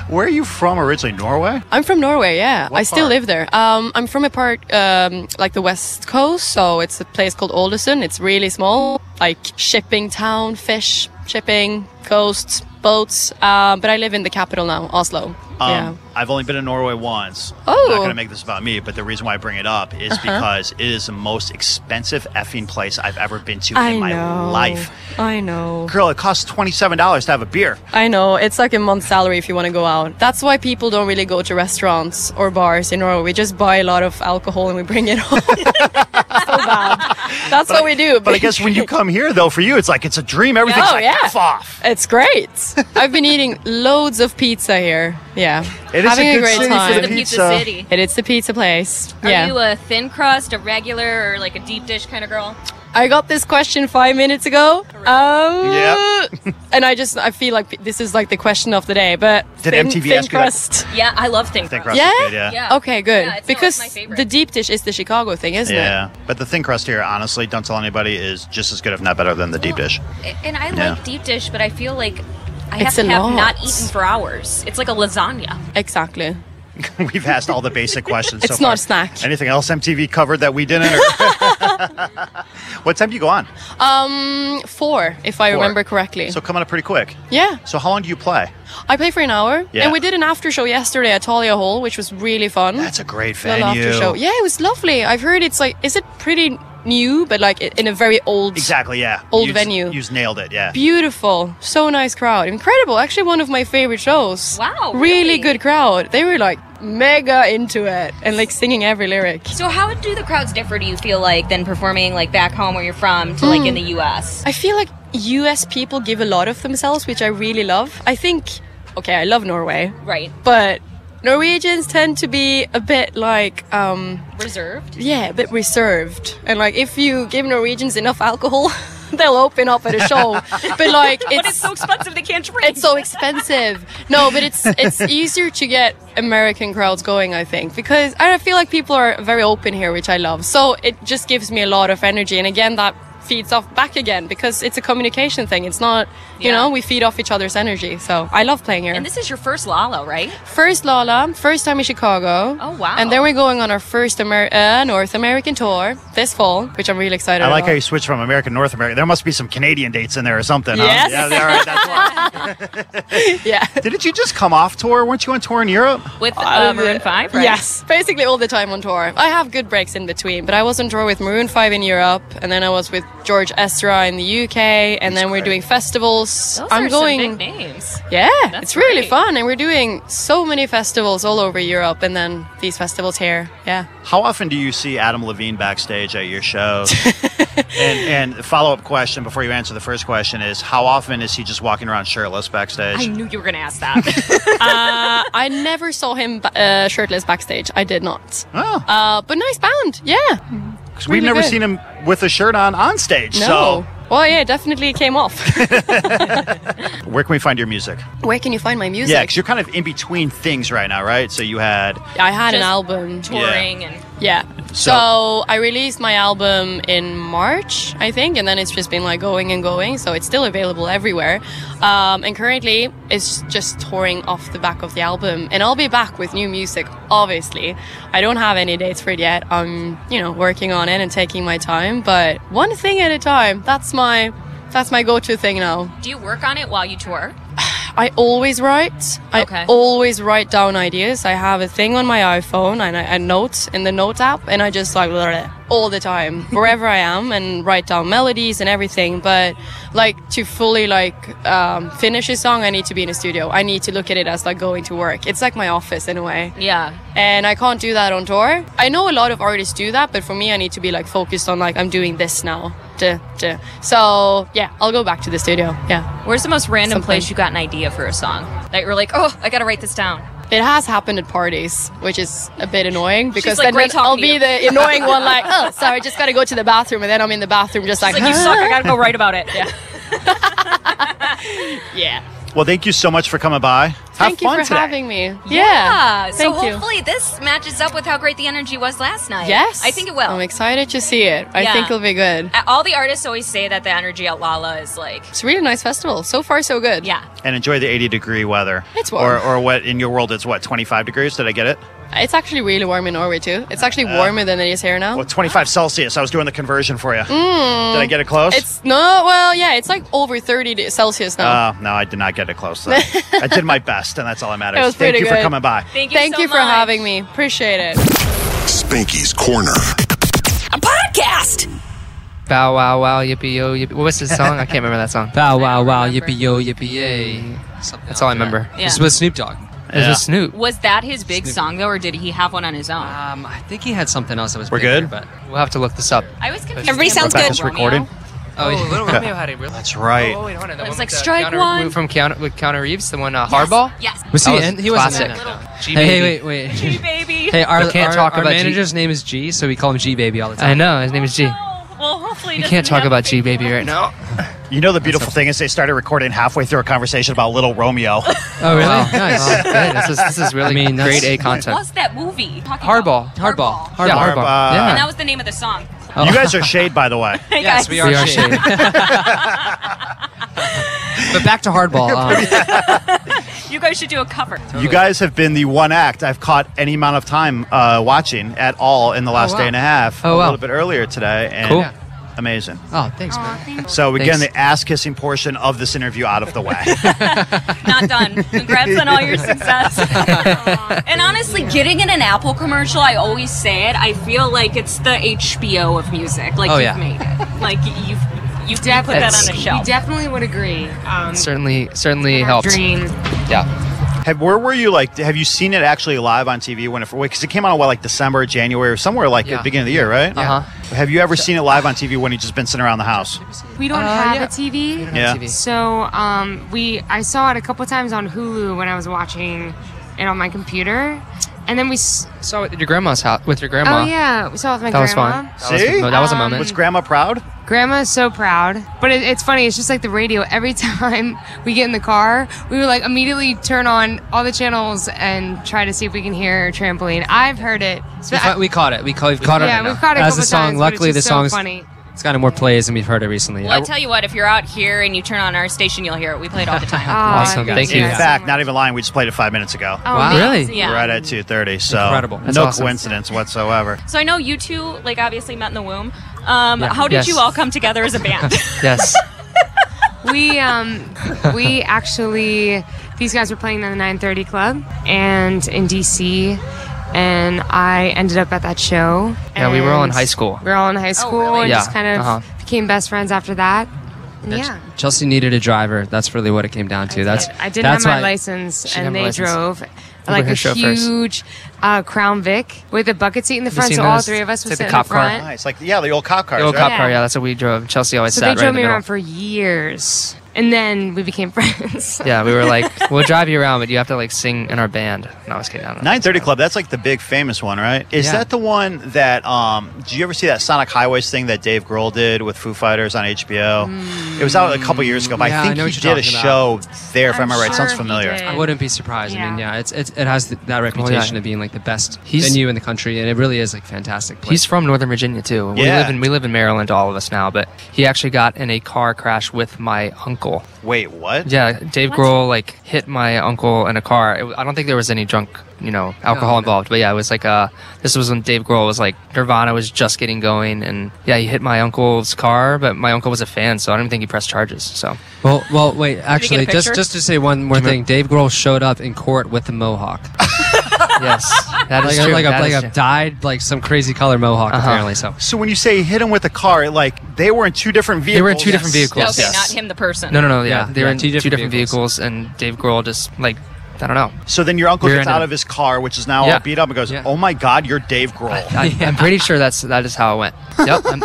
Speaker 3: Where are you from originally? Norway?
Speaker 7: I'm from Norway, yeah.
Speaker 3: What
Speaker 7: I still
Speaker 3: part?
Speaker 7: live there. Um, I'm from a part um, like the west coast, so it's a place called Ålesund. It's really small, like shipping town, fish, shipping, coasts, boats. Um, but I live in the capital now, Oslo.
Speaker 3: Um,
Speaker 7: yeah.
Speaker 3: I've only been in Norway once. I'm not
Speaker 7: Oh. Uh-huh.
Speaker 3: going to make this about me, but the reason why I bring it up is because it is the most expensive effing place I've ever been to in my life.
Speaker 7: I know.
Speaker 3: Girl, it costs $27 to have a beer.
Speaker 7: I know. It's like a month's salary if you want to go out. That's why people don't really go to restaurants or bars in Norway. We just buy a lot of alcohol and we bring it home. so bad. That's what we do.
Speaker 3: But I guess when you come here, though, for you, it's like it's a dream. Everything's
Speaker 7: Oh,
Speaker 3: like
Speaker 7: yeah.
Speaker 3: half off.
Speaker 7: It's great. I've been eating loads of pizza here. Yeah.
Speaker 3: It is
Speaker 7: Having
Speaker 3: a
Speaker 7: a,
Speaker 3: good
Speaker 7: great
Speaker 3: city for
Speaker 7: time.
Speaker 4: the pizza,
Speaker 3: Pizza.
Speaker 4: city.
Speaker 7: it is the pizza place.
Speaker 4: Are
Speaker 7: yeah.
Speaker 4: you uh, a thin crust, a regular, or like a deep dish kind of girl?
Speaker 7: I got this question five minutes ago. Um,
Speaker 3: Yeah.
Speaker 7: and I just, I feel like this is like the question of the day, but
Speaker 3: Did
Speaker 7: thin,
Speaker 3: MTV
Speaker 7: thin
Speaker 3: ask you that?
Speaker 7: crust.
Speaker 4: Yeah, I love thin,
Speaker 3: Thin crust
Speaker 4: crust.
Speaker 3: is
Speaker 7: Yeah?
Speaker 3: good, yeah.
Speaker 4: Yeah.
Speaker 7: Okay, good.
Speaker 4: Yeah, it's- no, it's
Speaker 7: because
Speaker 4: my favorite.
Speaker 7: the deep dish is the Chicago thing, isn't it?
Speaker 3: Yeah. But the thin crust here, honestly, don't tell anybody, is just as good, if not better, than the deep dish.
Speaker 4: And I
Speaker 3: Yeah.
Speaker 4: like deep dish, but I feel like I
Speaker 7: It's
Speaker 4: have
Speaker 7: a
Speaker 4: to have
Speaker 7: lot.
Speaker 4: not eaten for hours. It's like a lasagna.
Speaker 7: Exactly.
Speaker 3: We've asked all the basic questions. so
Speaker 7: It's not
Speaker 3: far.
Speaker 7: a snack.
Speaker 3: Anything else MTV covered that we didn't? or- what time do you go on?
Speaker 7: Um, four, if I
Speaker 3: Four.
Speaker 7: remember correctly.
Speaker 3: So coming up pretty quick.
Speaker 7: yeah.
Speaker 3: So how long do you play?
Speaker 7: I play for an hour.
Speaker 3: Yeah.
Speaker 7: And we did an after show yesterday at Talia Hall, which was really fun.
Speaker 3: That's a great
Speaker 7: Little
Speaker 3: venue.
Speaker 7: after show. Yeah, it was lovely. I've heard it's like, is it pretty new, but like i- in a very old,
Speaker 3: Exactly. Yeah.
Speaker 7: Old
Speaker 3: You just-
Speaker 7: venue.
Speaker 3: You just nailed it. Yeah.
Speaker 7: beautiful, so nice crowd. Incredible. Actually, one of my favorite shows.
Speaker 4: Wow, really?
Speaker 7: Really good crowd. They were like mega into it and like singing every lyric.
Speaker 4: So how do the crowds differ? Do you feel like than performing like back home where you're from to like in the U.S.?
Speaker 7: Mm. I feel like US people give a lot of themselves, which I really love. I think, okay, I love Norway,
Speaker 4: Right,
Speaker 7: but Norwegians tend to be a bit like, um,
Speaker 4: reserved.
Speaker 7: yeah, a bit reserved. And like, if you give Norwegians enough alcohol, they'll open up at a show. but like, it's,
Speaker 4: But it's so expensive they can't drink.
Speaker 7: it's so expensive. No, but it's it's easier to get American crowds going, I think, because and I feel like people are very open here, which I love. So it just gives me a lot of energy, and again, that feeds off back again because it's a communication thing. It's not, you
Speaker 4: Yeah.
Speaker 7: know, we feed off each other's energy. So I love playing here.
Speaker 4: and this is your first Lalo, right?
Speaker 7: first Lala, first time in Chicago.
Speaker 4: Oh, wow.
Speaker 7: And then we're going on our first Amer- uh, North American tour this fall, which I'm really excited.
Speaker 3: I like
Speaker 7: about.
Speaker 3: how you switch from American to North America. There must be some Canadian dates in there or something. huh?
Speaker 7: Yes.
Speaker 3: Yeah, all right, that's why.
Speaker 7: yeah.
Speaker 3: Didn't you just come off tour? Weren't you on tour in Europe?
Speaker 4: With
Speaker 7: I
Speaker 4: uh,
Speaker 7: was-
Speaker 4: Maroon Five, right?
Speaker 7: Yes, basically all the time on tour. I have good breaks in between, but I was on tour with Maroon Five in Europe, and then I was with George Ezra in the UK, and then we're
Speaker 3: great.
Speaker 7: doing festivals.
Speaker 4: Those
Speaker 7: I'm
Speaker 4: are
Speaker 7: going.
Speaker 4: some big names.
Speaker 7: Yeah,
Speaker 4: That's
Speaker 7: it's really
Speaker 4: great.
Speaker 7: fun, and we're doing so many festivals all over Europe, and then these festivals here. Yeah.
Speaker 3: How often do you see Adam Levine backstage at your shows? and and follow up question before you answer the first question is how often is he just walking around shirtless backstage?
Speaker 4: I knew you were going to ask that.
Speaker 7: uh, I never saw him ba- uh, shirtless backstage. I did not.
Speaker 3: Oh.
Speaker 7: Uh, but nice band. Yeah.
Speaker 3: 'Cause
Speaker 7: really
Speaker 3: We've never
Speaker 7: good.
Speaker 3: seen him with a shirt on on stage.
Speaker 7: No. Well, yeah, definitely it came off.
Speaker 3: So where can we find your music?
Speaker 7: Where can you find my music?
Speaker 3: Yeah, because you're kind of in between things right now, right? So you had
Speaker 7: I had an
Speaker 4: Just-
Speaker 7: album.
Speaker 4: Touring and
Speaker 7: Yeah.
Speaker 3: So-
Speaker 7: So, I released my album in March, I think, and then it's just been like going and going. So it's still available everywhere. Um, and currently, it's just touring off the back of the album. And I'll be back with new music, obviously. I don't have any dates for it yet. I'm, you know, working on it and taking my time, but one thing at a time. That's my. That's my go-to thing now.
Speaker 4: do you work on it while you tour?
Speaker 7: I always write. I
Speaker 4: Okay.
Speaker 7: always write down ideas. I have a thing on my iPhone and I, a note in the note app, and I just like blah, blah, all the time wherever I am and write down melodies and everything. But like to fully like um, finish a song, I need to be in a studio. I need to look at it as like going to work. It's like my office in a way.
Speaker 4: Yeah.
Speaker 7: And I can't do that on tour. I know a lot of artists do that, but for me, I need to be like focused on like I'm doing this now. Duh, duh. So yeah, I'll go back to the studio. Yeah.
Speaker 4: Where's the most random
Speaker 7: Something.
Speaker 4: place you got an idea for a song that you were like, oh, I got to write this down?
Speaker 7: It has happened at parties, which is a bit annoying because
Speaker 4: like,
Speaker 7: then,
Speaker 4: "Great
Speaker 7: then I'll
Speaker 4: talking to
Speaker 7: be
Speaker 4: you."
Speaker 7: the annoying one, like, oh, sorry, just gotta go to the bathroom, and then I'm in the bathroom, just like,
Speaker 4: It's like, you suck. I got to go write about it. Yeah.
Speaker 7: yeah.
Speaker 3: Well, thank you so much for coming by.
Speaker 7: Thank you
Speaker 3: fun
Speaker 7: for
Speaker 3: today.
Speaker 7: having me. Yeah.
Speaker 4: so
Speaker 7: Thank you.
Speaker 4: hopefully this matches up with how great the energy was last night.
Speaker 7: Yes.
Speaker 4: I think it
Speaker 8: Oh,
Speaker 4: will.
Speaker 7: I'm excited to see it. I
Speaker 4: Yeah.
Speaker 7: think it'll be good.
Speaker 4: Uh, All the artists always say that the energy at Lala is like,
Speaker 7: It's a really nice festival. So far, so good.
Speaker 4: yeah.
Speaker 3: and enjoy the 80 degree weather.
Speaker 7: It's warm.
Speaker 3: or, or what in your world it's what 25 degrees. Did I get it?
Speaker 7: It's actually really warm in Norway, too. It's actually
Speaker 3: Uh,
Speaker 7: warmer than it is here now.
Speaker 3: Well, 25 Celsius. I was doing the conversion for you.
Speaker 7: Mm,
Speaker 3: Did I get it close?
Speaker 7: It's no, well, yeah, it's like over 30 de- Celsius now.
Speaker 3: Oh, no, I did not get it close. though. I did my best, and that's all that matters.
Speaker 7: It was
Speaker 3: Thank
Speaker 7: pretty
Speaker 3: you for
Speaker 7: good.
Speaker 3: coming by.
Speaker 4: Thank you.
Speaker 7: Thank
Speaker 4: so
Speaker 7: you for
Speaker 4: much.
Speaker 7: having me. Appreciate it.
Speaker 1: Spanky's Corner.
Speaker 2: A podcast.
Speaker 8: Bow wow wow yippee yo yippee. What was the song? I can't remember that song. Bow wow wow yippee yo yippee yay. That's all I remember.
Speaker 4: Yeah.
Speaker 9: It's with Snoop Dogg.
Speaker 8: It was
Speaker 3: Yeah.
Speaker 8: with Snoop.
Speaker 4: Was that his big song though, or did he have one on his own?
Speaker 9: Um, I think he had something else that was.
Speaker 3: We're
Speaker 9: bigger,
Speaker 3: good?
Speaker 9: But
Speaker 8: We'll have to look this up.
Speaker 4: I was confused.
Speaker 2: Everybody sounds good.
Speaker 3: Rebecca's recording.
Speaker 9: oh, yeah.
Speaker 8: Little Romeo had a real.
Speaker 3: That's right.
Speaker 8: Oh, wait, hold on. That
Speaker 4: It was
Speaker 8: one
Speaker 4: like
Speaker 8: with, uh,
Speaker 4: strike
Speaker 8: Keanu-
Speaker 4: one.
Speaker 8: from Keanu, with Keanu Reeves, the one uh, Hardball.
Speaker 4: Yes.
Speaker 9: Was
Speaker 8: That
Speaker 9: he? in? He wasn't in
Speaker 8: classic.
Speaker 9: it.
Speaker 8: G-Baby.
Speaker 9: Hey, hey, wait,
Speaker 4: G
Speaker 9: wait.
Speaker 4: baby.
Speaker 9: hey, our
Speaker 8: We can't
Speaker 9: our,
Speaker 8: talk
Speaker 9: our
Speaker 8: about G-
Speaker 9: manager's name is G, so we call him G Baby all the time.
Speaker 8: I know his name is G.
Speaker 4: Well, hopefully
Speaker 8: We can't talk about G Baby right now.
Speaker 3: You know the beautiful thing is they started recording halfway through a conversation about Little Romeo.
Speaker 9: Oh, really?
Speaker 8: Wow,
Speaker 9: Nice.
Speaker 8: Oh, good. this is this is really
Speaker 9: I mean, that's-
Speaker 8: grade A content.
Speaker 4: What's that movie? Talking
Speaker 8: Hardball.
Speaker 4: about-
Speaker 9: Hardball. Hardball.
Speaker 4: Hardball.
Speaker 9: Oh.
Speaker 8: Yeah, Hardball.
Speaker 3: Barb, uh,
Speaker 4: And that
Speaker 8: yeah.
Speaker 4: was the name of the song.
Speaker 3: You guys are shade, by the way.
Speaker 4: Hey,
Speaker 9: Yes,
Speaker 4: guys.
Speaker 9: we are,
Speaker 8: We are
Speaker 9: shade. but back to hardball. Um,
Speaker 4: You guys should do a cover.
Speaker 3: You guys have been the one act I've caught any amount of time uh, watching at all in the last
Speaker 9: wow.
Speaker 3: day and a half.
Speaker 8: Oh,
Speaker 3: a
Speaker 8: wow.
Speaker 3: little bit earlier today. And
Speaker 8: Cool.
Speaker 3: Amazing.
Speaker 9: oh, thanks, man.
Speaker 3: So we're getting
Speaker 9: Thanks.
Speaker 3: the ass kissing portion of this interview out of the way.
Speaker 4: Not done. Congrats on all your success. and honestly, getting in an Apple commercial, I always say it. I feel like it's the HBO of music. Like
Speaker 9: Oh,
Speaker 4: you've
Speaker 9: yeah.
Speaker 4: made it. Like you've you put that
Speaker 8: That's-
Speaker 4: on a shelf.
Speaker 10: Definitely would agree. Um,
Speaker 8: Certainly, certainly helped.
Speaker 10: dream.
Speaker 8: Yeah.
Speaker 3: Have, where were you? Like, have you seen it actually live on TV when it because it came out what, like December, January, or somewhere like at
Speaker 8: Yeah.
Speaker 3: the beginning of the year, right?
Speaker 8: Uh-huh.
Speaker 3: Have you ever seen it live on TV when you've just been sitting around the house?
Speaker 10: We don't
Speaker 8: Uh,
Speaker 10: have
Speaker 8: yeah.
Speaker 10: a TV.
Speaker 3: Yeah.
Speaker 8: TV.
Speaker 10: So um, we I saw it a couple times on Hulu when I was watching it on my computer, and then we. S-
Speaker 8: Saw it at your grandma's house with your grandma.
Speaker 10: oh yeah, we saw it with my
Speaker 8: That was
Speaker 10: grandma.
Speaker 8: fun. That
Speaker 3: See?
Speaker 8: was, no, that was a
Speaker 10: Um,
Speaker 8: moment.
Speaker 3: Was Grandma proud?
Speaker 10: Grandma's so proud, but it, it's funny. It's just like the radio. Every time we get in the car, we would like immediately turn on all the channels and try to see if we can hear Trampoline. I've heard it. So
Speaker 9: We,
Speaker 10: I-
Speaker 9: caught, we caught it. We caught, we've caught it.
Speaker 10: yeah,
Speaker 9: right now.
Speaker 10: we've caught it a
Speaker 9: As
Speaker 10: couple
Speaker 9: the song,
Speaker 10: times, but
Speaker 9: luckily,
Speaker 10: it's
Speaker 9: the
Speaker 10: just so
Speaker 9: song's
Speaker 10: funny.
Speaker 9: it's gotten more plays than we've heard it recently.
Speaker 4: Well, I tell you what, if you're out here and you turn on our station, you'll hear it. We play it all the time.
Speaker 10: Aw,
Speaker 8: Awesome. Thank
Speaker 10: you
Speaker 3: In
Speaker 8: you.
Speaker 10: guys so
Speaker 3: fact,
Speaker 10: much.
Speaker 3: not even lying, we just played it five minutes ago.
Speaker 10: Oh,
Speaker 9: Wow.
Speaker 10: amazing.
Speaker 8: Really?
Speaker 4: yeah.
Speaker 3: Right at 2.30, so
Speaker 9: Incredible. That's
Speaker 3: no
Speaker 8: awesome.
Speaker 3: coincidence whatsoever.
Speaker 4: So I know you two, like, obviously met in the womb. Um,
Speaker 8: Yeah.
Speaker 4: How did
Speaker 8: Yes.
Speaker 4: you all come together as a band?
Speaker 8: Yes.
Speaker 10: we um we actually these guys were playing in the 930 club and in DC and I ended up at that show.
Speaker 8: Yeah, we were all in
Speaker 10: and
Speaker 8: high school.
Speaker 10: We were all in
Speaker 3: Oh,
Speaker 10: high school
Speaker 4: really?
Speaker 10: and
Speaker 8: Yeah,
Speaker 10: just kind of
Speaker 8: uh-huh.
Speaker 10: became best friends after that. And yeah.
Speaker 9: Chelsea needed a driver. That's really what it came down to. that's
Speaker 10: I didn't
Speaker 9: that's
Speaker 10: have my
Speaker 9: why-
Speaker 10: license
Speaker 8: didn't have
Speaker 10: and they
Speaker 8: a license.
Speaker 10: drove like
Speaker 8: her
Speaker 10: a
Speaker 8: show first.
Speaker 10: huge uh, Crown Vic with a bucket seat in the front
Speaker 8: seen
Speaker 10: so all
Speaker 8: those?
Speaker 10: three of
Speaker 8: It's
Speaker 10: us were
Speaker 8: like the
Speaker 10: sitting
Speaker 8: cop
Speaker 10: in the
Speaker 8: car.
Speaker 10: front.
Speaker 3: Ah, it's like, yeah, the old cop cars,
Speaker 8: The old
Speaker 3: right?
Speaker 8: cop car. Yeah, that's what we drove. Chelsea always
Speaker 10: So they
Speaker 8: sat right
Speaker 10: drove
Speaker 8: in the
Speaker 10: me
Speaker 8: middle.
Speaker 10: around for years. And then we became friends.
Speaker 8: yeah, we were like, we'll drive you around, but you have to like sing in our band. No, I was kidding. I don't know.
Speaker 3: 930 Club, that's like the big famous one, right? Is
Speaker 9: Yeah.
Speaker 3: that the one that, um, do you ever see that Sonic Highways thing that Dave Grohl did with Foo Fighters on HBO? It was out a couple years ago, but
Speaker 9: Yeah, I
Speaker 3: I think
Speaker 9: know
Speaker 3: he
Speaker 9: what you're
Speaker 3: did a
Speaker 9: talking
Speaker 3: show there, if I
Speaker 10: I'm
Speaker 3: remember right.
Speaker 10: sure
Speaker 3: Sounds
Speaker 10: he
Speaker 3: familiar.
Speaker 10: did.
Speaker 9: I wouldn't be surprised. I mean,
Speaker 10: Yeah.
Speaker 9: yeah, it's, it's it has th- that reputation of being like the best venue in the country, and it really is like fantastic. Place.
Speaker 8: He's from Northern Virginia too. We
Speaker 3: Yeah.
Speaker 8: live in we live in Maryland, all of us now. But he actually got in a car crash with my uncle.
Speaker 3: Wait, what?
Speaker 8: Yeah, Dave Grohl like hit my uncle in a car. It, wa- I don't think there was any drunk, you know, alcohol
Speaker 9: Oh,
Speaker 8: involved. But yeah, it was like uh, this was when Dave Grohl was like Nirvana was just getting going, and yeah, he hit my uncle's car. But my uncle was a fan, so I don't even think he pressed charges. So
Speaker 9: well, well, wait. Actually, just
Speaker 4: picture?
Speaker 9: just to say one more thing, Dave Grohl showed up in court with a mohawk,
Speaker 8: yes, that
Speaker 9: like
Speaker 8: is
Speaker 9: a,
Speaker 8: true.
Speaker 9: like a
Speaker 8: that
Speaker 9: like
Speaker 8: is
Speaker 9: a
Speaker 8: true.
Speaker 9: dyed like some crazy color mohawk
Speaker 8: Uh-huh.
Speaker 9: apparently. So
Speaker 3: So when you say hit him with a car, like they were in two different vehicles.
Speaker 8: They were in two different vehicles.
Speaker 4: okay,
Speaker 8: yes.
Speaker 4: not him, the person.
Speaker 8: No, no, no. Yeah,
Speaker 9: Yeah,
Speaker 8: they were
Speaker 9: yeah,
Speaker 8: in two different, vehicles. and Dave Grohl just like I don't know.
Speaker 3: So then your uncle
Speaker 8: Rear
Speaker 3: gets
Speaker 8: ended
Speaker 3: out
Speaker 8: him.
Speaker 3: of his car, which is now
Speaker 8: Yeah.
Speaker 3: all beat up, and goes,
Speaker 9: Yeah.
Speaker 3: "Oh my God, you're Dave Grohl."
Speaker 8: I, I'm pretty sure that's that is how it went. Yep, I'm,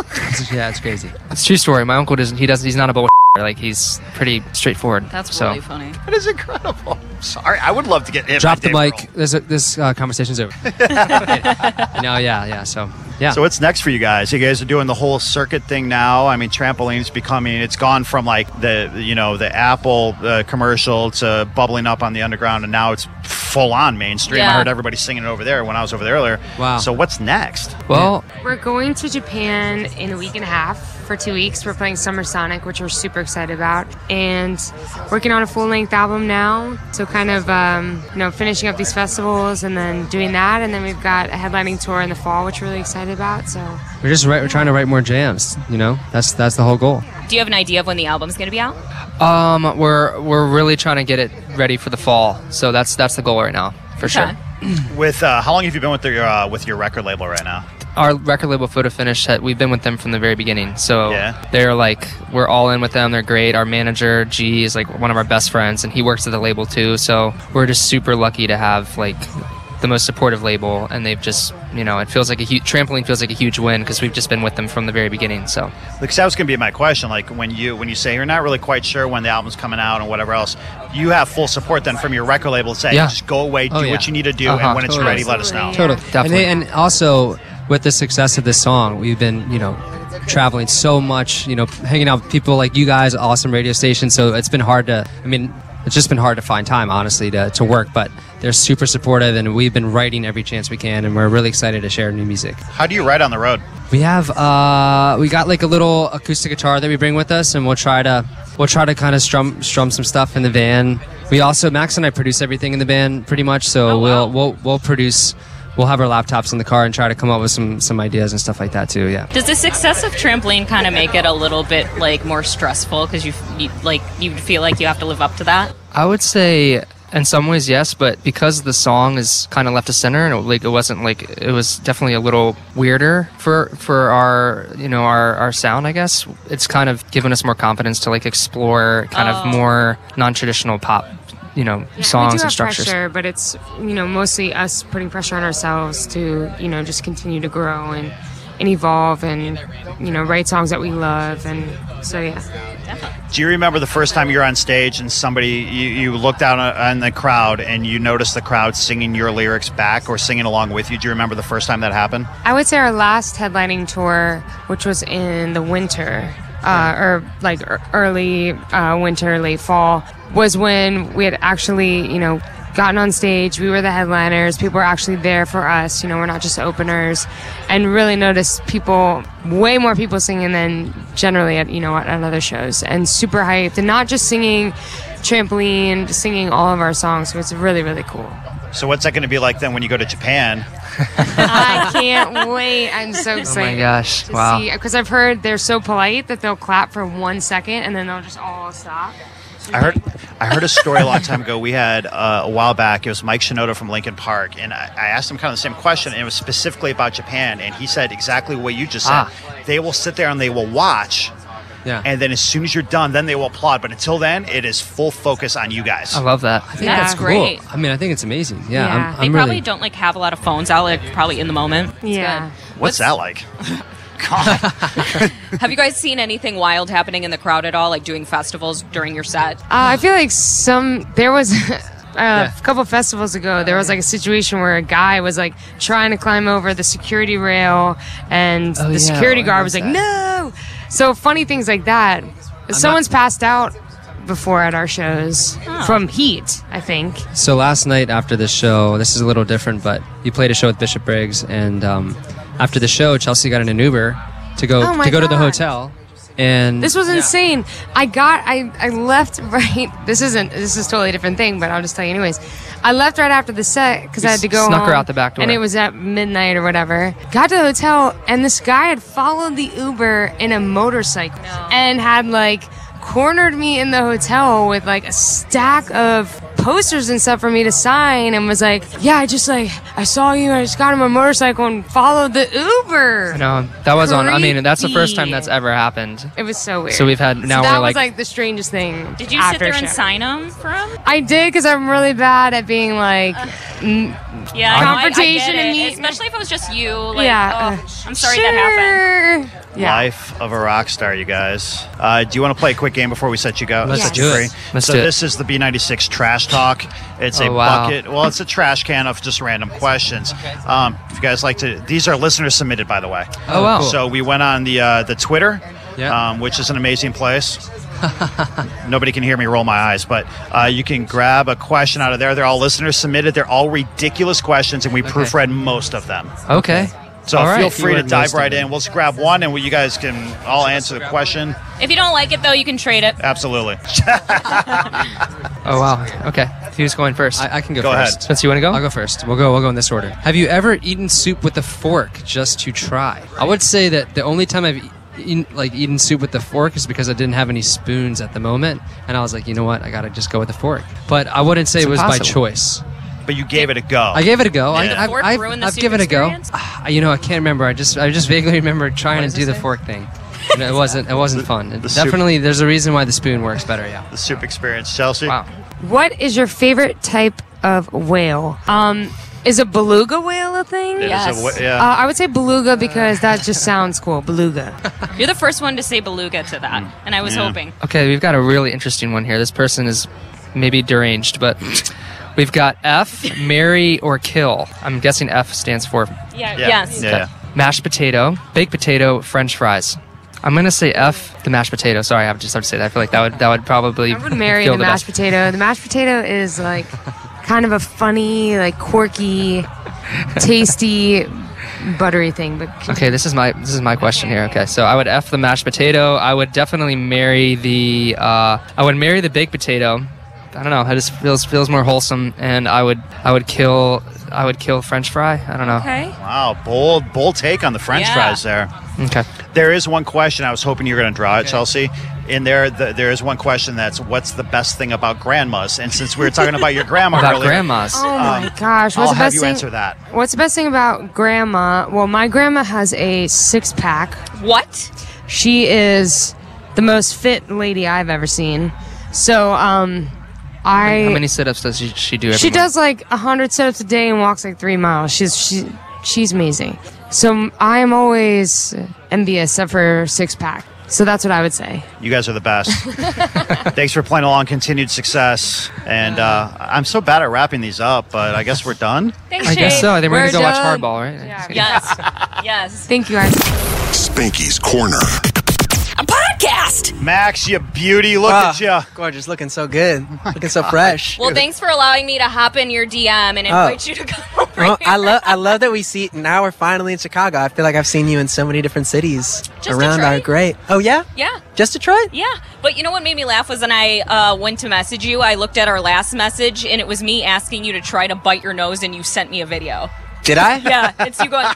Speaker 9: yeah, it's crazy.
Speaker 8: it's a true story. My uncle doesn't. He doesn't. He's not a bull. Like he's pretty straightforward.
Speaker 4: That's
Speaker 8: so.
Speaker 4: really funny.
Speaker 3: that is incredible. Sorry, I would love to get hit.
Speaker 9: Drop the
Speaker 3: by Dave
Speaker 9: mic.
Speaker 8: uh,
Speaker 3: Grohl.
Speaker 9: This this uh, conversation's over. no, yeah, yeah. So
Speaker 3: Yeah. So what's next for you guys? You guys are doing the whole circuit thing now. I mean, trampoline's becoming. It's gone from like the you know the Apple uh, commercial to bubbling up on the underground, and now it's full on mainstream. I
Speaker 10: Yeah.
Speaker 3: heard everybody singing it over there when I was over there earlier. Wow. So what's next?
Speaker 8: Well,
Speaker 10: We're going to Japan in a week and a half for two weeks. We're playing Summer Sonic, which we're super excited about, and working on a full length album now. So kind of um, you know finishing up these festivals and then doing that, and then we've got a headlining tour in the fall, which we're really excited about. So
Speaker 9: We're just write, we're trying to write more jams. You know, that's that's the whole goal.
Speaker 4: Do you have an idea of when the album's going to be out?
Speaker 8: um, we're we're really trying to get it ready for the fall. So that's that's the goal right now, for sure.
Speaker 3: With uh, how long have you been with your uh, with your record label right now?
Speaker 8: Our record label Photo Finish, ha- we've been with them from the very beginning. So they're like, we're all in with them. They're great. Our manager G is like one of our best friends, and he works at the label too. So we're just super lucky to have like the most supportive label, and they've just you know it feels like a huge trampoline feels like a huge win because we've just been with them from the very beginning. So
Speaker 3: Because that was going to be my question. Like when you when you say you're not really quite sure when the album's coming out and whatever else, you have full support then from your record label. Say
Speaker 8: Yeah.
Speaker 3: just go away, do
Speaker 8: Oh, yeah.
Speaker 3: what you need to do,
Speaker 8: Uh-huh,
Speaker 3: and when it's
Speaker 8: totally.
Speaker 3: ready, let us know.
Speaker 8: Totally. Definitely.
Speaker 9: And, they, and also, with the success of this song, we've been, you know, traveling so much, you know, hanging out with people like you guys, awesome radio stations. So it's been hard to, I mean, it's just been hard to find time, honestly, to, to work. But they're super supportive, and we've been writing every chance we can, and we're really excited to share new music.
Speaker 3: How do you write on the road?
Speaker 9: We have uh, we got like a little acoustic guitar that we bring with us, and we'll try to we'll try to kind of strum strum some stuff in the van. We also Max and I produce everything in the van pretty much, so we'll we'll we'll produce. We'll have our laptops in the car and try to come up with some some ideas and stuff like that too. Yeah.
Speaker 4: Does the success of trampoline kind of make it a little bit like more stressful because you, you like you feel like you have to live up to that?
Speaker 8: I would say in some ways yes, but because the song is kind of left to center and it, like it wasn't like it was definitely a little weirder for for our you know our our sound I guess it's kind of given us more confidence to like explore kind
Speaker 10: Oh.
Speaker 8: of more non traditional pop you know songs
Speaker 10: we do
Speaker 8: and
Speaker 10: have
Speaker 8: structures.
Speaker 10: pressure, but it's you know mostly us putting pressure on ourselves to you know just continue to grow and and evolve and you know write songs that we love and so yeah.
Speaker 3: Do you remember the first time you were on stage and somebody you, you looked out on- on the crowd and you noticed the crowd singing your lyrics back or singing along with you? Do you remember the first time that happened?
Speaker 10: I would say our last headlining tour, which was in the winter, uh, or like ear- early uh, winter, late fall, was when we had actually, you know, gotten on stage. We were the headliners. People were actually there for us. You know, we're not just openers. And really noticed people, way more people singing than generally at, you know, at, at other shows. And super hyped. And not just singing trampoline, singing all of our songs. So it's really, really cool.
Speaker 3: So what's that going to be like then when you go to Japan?
Speaker 10: I can't wait. I'm so excited.
Speaker 8: gosh.
Speaker 10: to
Speaker 3: Wow.
Speaker 10: because I've heard they're so polite that they'll clap for one second and then they'll just all stop.
Speaker 3: I heard I heard a story a long time ago. We had uh, a while back. It was Mike Shinoda from Lincoln Park, and I, I asked him kind of the same question, and it was specifically about Japan, and he said exactly what you just said.
Speaker 9: Ah.
Speaker 3: They will sit there and they will watch.
Speaker 9: Yeah.
Speaker 3: And then as soon as you're done, then they will applaud. But until then, it is full focus on you guys.
Speaker 9: I love that. I think
Speaker 4: Yeah.
Speaker 9: that's
Speaker 4: That's great.
Speaker 9: cool. I mean, I think it's amazing. Yeah. I'm,
Speaker 4: they
Speaker 9: I'm
Speaker 4: probably
Speaker 9: really.
Speaker 4: don't like have a lot of phones out, like probably in the moment.
Speaker 10: Yeah.
Speaker 3: What's that like?
Speaker 4: Have you guys seen anything wild happening in the crowd at all, like doing festivals during your set?
Speaker 10: Uh, I feel like some there was. Uh, A couple festivals ago, there was like a situation where a guy was like trying to climb over the security rail, and
Speaker 11: Oh,
Speaker 10: the
Speaker 11: yeah.
Speaker 10: security
Speaker 11: I
Speaker 10: guard
Speaker 11: heard
Speaker 10: was like, "No!" So funny things like that. Someone's passed out before at our shows from heat, I think.
Speaker 9: So last night after the show, this is a little different, but you played a show with Bishop Briggs, and um, after the show, Chelsea got in an Uber to go
Speaker 10: Oh my
Speaker 9: to go to the
Speaker 10: God.
Speaker 9: hotel, and
Speaker 10: This was insane. I got I I left right. This isn't. This is totally a different thing, but I'll just tell you anyways. I left right after the set because
Speaker 8: You
Speaker 10: I had to go.
Speaker 8: snuck her
Speaker 10: home,
Speaker 8: out the back door.
Speaker 10: and it was at midnight or whatever. Got to the hotel, and this guy had followed the Uber in a motorcycle and had like cornered me in the hotel with like a stack of posters and stuff for me to sign and was like yeah i just like i saw you i just got on my motorcycle and followed the uber
Speaker 8: No, that was on. I mean, that's the first time
Speaker 10: Creepy.
Speaker 8: that's ever happened.
Speaker 10: it was so weird.
Speaker 8: So we've had- now
Speaker 10: So
Speaker 8: we're
Speaker 10: that was
Speaker 8: like-
Speaker 10: like the strangest thing.
Speaker 4: Did you sit there and sign them for them?
Speaker 10: I did because I'm really bad at being like n-
Speaker 4: Yeah, I know, I- I get
Speaker 10: confrontation
Speaker 4: it,
Speaker 10: and me.
Speaker 4: especially if it was just you. Like,
Speaker 10: Yeah,
Speaker 4: oh,
Speaker 10: uh,
Speaker 4: I'm sorry that happened.
Speaker 10: Yeah.
Speaker 3: Life of a rock star, you guys. Uh, do you want to play a quick game before we set you go?
Speaker 9: Let's
Speaker 3: set
Speaker 9: do
Speaker 3: you
Speaker 9: it.
Speaker 3: free?
Speaker 9: Let's
Speaker 3: so
Speaker 9: do it.
Speaker 3: this is the B96 Trash Talk. It's a
Speaker 8: Oh, wow.
Speaker 3: bucket. Well, it's a trash can of just random questions. Um, if you guys like to, these are listener submitted, by the way.
Speaker 8: Oh, wow.
Speaker 3: So we went on the uh, the Twitter,
Speaker 8: Yeah.
Speaker 3: um, which is an amazing place. Nobody can hear me roll my eyes, but uh, you can grab a question out of there. They're all listener submitted. They're all ridiculous questions, and we proofread most of them.
Speaker 8: Okay.
Speaker 3: So
Speaker 8: All
Speaker 3: feel
Speaker 8: right.
Speaker 3: free to dive right in. We'll just grab one, and we, you guys can all answer the question.
Speaker 4: If you don't like it, though, you can trade it.
Speaker 3: Absolutely.
Speaker 8: Oh wow. Okay. Who's going first?
Speaker 9: I, I can go,
Speaker 3: Go
Speaker 9: first.
Speaker 3: ahead.
Speaker 8: Since you want to go,
Speaker 9: I'll go first. We'll go. We'll go in this order. Have you ever eaten soup with a fork just to try? I would say that the only time I've e- eaten, like eaten soup with the fork is because I didn't have any spoons at the moment, and I was like, you know what, I gotta just go with the fork. But I wouldn't say
Speaker 8: It's
Speaker 9: it was by
Speaker 8: impossible.
Speaker 9: choice.
Speaker 3: But you gave it a go.
Speaker 9: I gave it a go. I,
Speaker 3: Yeah.
Speaker 9: I've,
Speaker 4: Fork
Speaker 9: I've,
Speaker 4: ruin the
Speaker 9: I've
Speaker 4: soup
Speaker 9: given it a go.
Speaker 4: experience?
Speaker 9: Ah, you know, I can't remember. I just I just vaguely remember trying to do the fork thing. And it wasn't it wasn't fun. It
Speaker 3: the soup-
Speaker 9: definitely, there's a reason why the spoon works better. Yeah.
Speaker 3: the soup experience, Chelsea.
Speaker 8: Wow.
Speaker 10: What is your favorite type of whale? Um, is a beluga whale a thing?
Speaker 3: It is
Speaker 6: Yes.
Speaker 3: a wa- yeah.
Speaker 10: Uh, I would say beluga because that just sounds cool. Beluga.
Speaker 4: You're the first one to say beluga to that, and I was
Speaker 3: Yeah.
Speaker 4: hoping.
Speaker 8: Okay, we've got a really interesting one here. This person is maybe deranged, but we've got F, marry or kill. I'm guessing F stands for
Speaker 4: Yeah.
Speaker 3: yeah.
Speaker 4: Yes.
Speaker 3: Yeah.
Speaker 8: Okay. mashed potato, baked potato, French fries. I'm gonna say F the mashed potato. Sorry, I just have to say that. I feel like that would that would probably
Speaker 10: I would marry
Speaker 8: feel
Speaker 10: the mashed
Speaker 8: best.
Speaker 10: potato. The mashed potato is like kind of a funny, like quirky, tasty, buttery thing. But
Speaker 8: Okay, this is my this is my question here. Okay, so I would f the mashed potato. I would definitely marry the uh, I would marry the baked potato. I don't know. It just feels feels more wholesome, and I would I would kill I would kill French fry. I don't know.
Speaker 4: Okay.
Speaker 3: Wow, bold, bold take on the French
Speaker 4: Yeah.
Speaker 3: fries there.
Speaker 8: Okay.
Speaker 3: There is one question I was hoping you were going to draw it, Chelsea. In there, the, there is one question that's what's the best thing about grandmas? And since we were talking about your grandma
Speaker 8: About
Speaker 3: earlier,
Speaker 8: grandmas.
Speaker 10: Oh my
Speaker 3: Um,
Speaker 10: gosh!
Speaker 3: I'll
Speaker 10: What's the
Speaker 3: have
Speaker 10: best
Speaker 3: you
Speaker 10: thing?
Speaker 3: answer that.
Speaker 10: What's the best thing about grandma? Well, my grandma has a six pack.
Speaker 4: What?
Speaker 10: She is the most fit lady I've ever seen. So, um, I
Speaker 8: How many sit-ups does she, she do? Every
Speaker 10: she
Speaker 8: morning?
Speaker 10: does like hundred sit-ups a day and walks like three miles. She's she, she's amazing. So I am always envious of her six pack. So that's what I would say.
Speaker 3: You guys are the best. Thanks for playing along. Continued success. And uh, I'm so bad at wrapping these up, but I guess we're done.
Speaker 4: Thanks,
Speaker 8: I guess
Speaker 4: Shane.
Speaker 8: so. I think we're,
Speaker 10: We're
Speaker 8: gonna go watch
Speaker 10: done.
Speaker 8: Hardball, right? Yeah.
Speaker 4: Yes. yes.
Speaker 10: Thank you guys.
Speaker 1: Spanky's Corner.
Speaker 2: A podcast.
Speaker 3: Max, you beauty. Look at you.
Speaker 11: Ah, Gorgeous, looking so good, looking so fresh.
Speaker 4: Well, thanks for allowing me to hop in your DM and invite you to come over
Speaker 11: Well,
Speaker 4: here.
Speaker 11: I love, I love that we see. Now we're finally in Chicago. I feel like I've seen you in so many different cities
Speaker 4: Just
Speaker 11: around our
Speaker 4: Detroit.
Speaker 11: great. Oh yeah,
Speaker 4: Yeah.
Speaker 11: just Detroit.
Speaker 4: Yeah, but you know what made me laugh was when I uh, went to message you. I looked at our last message, and it was me asking you to try to bite your nose, and you sent me a video.
Speaker 11: Did I?
Speaker 4: Yeah, it's you going.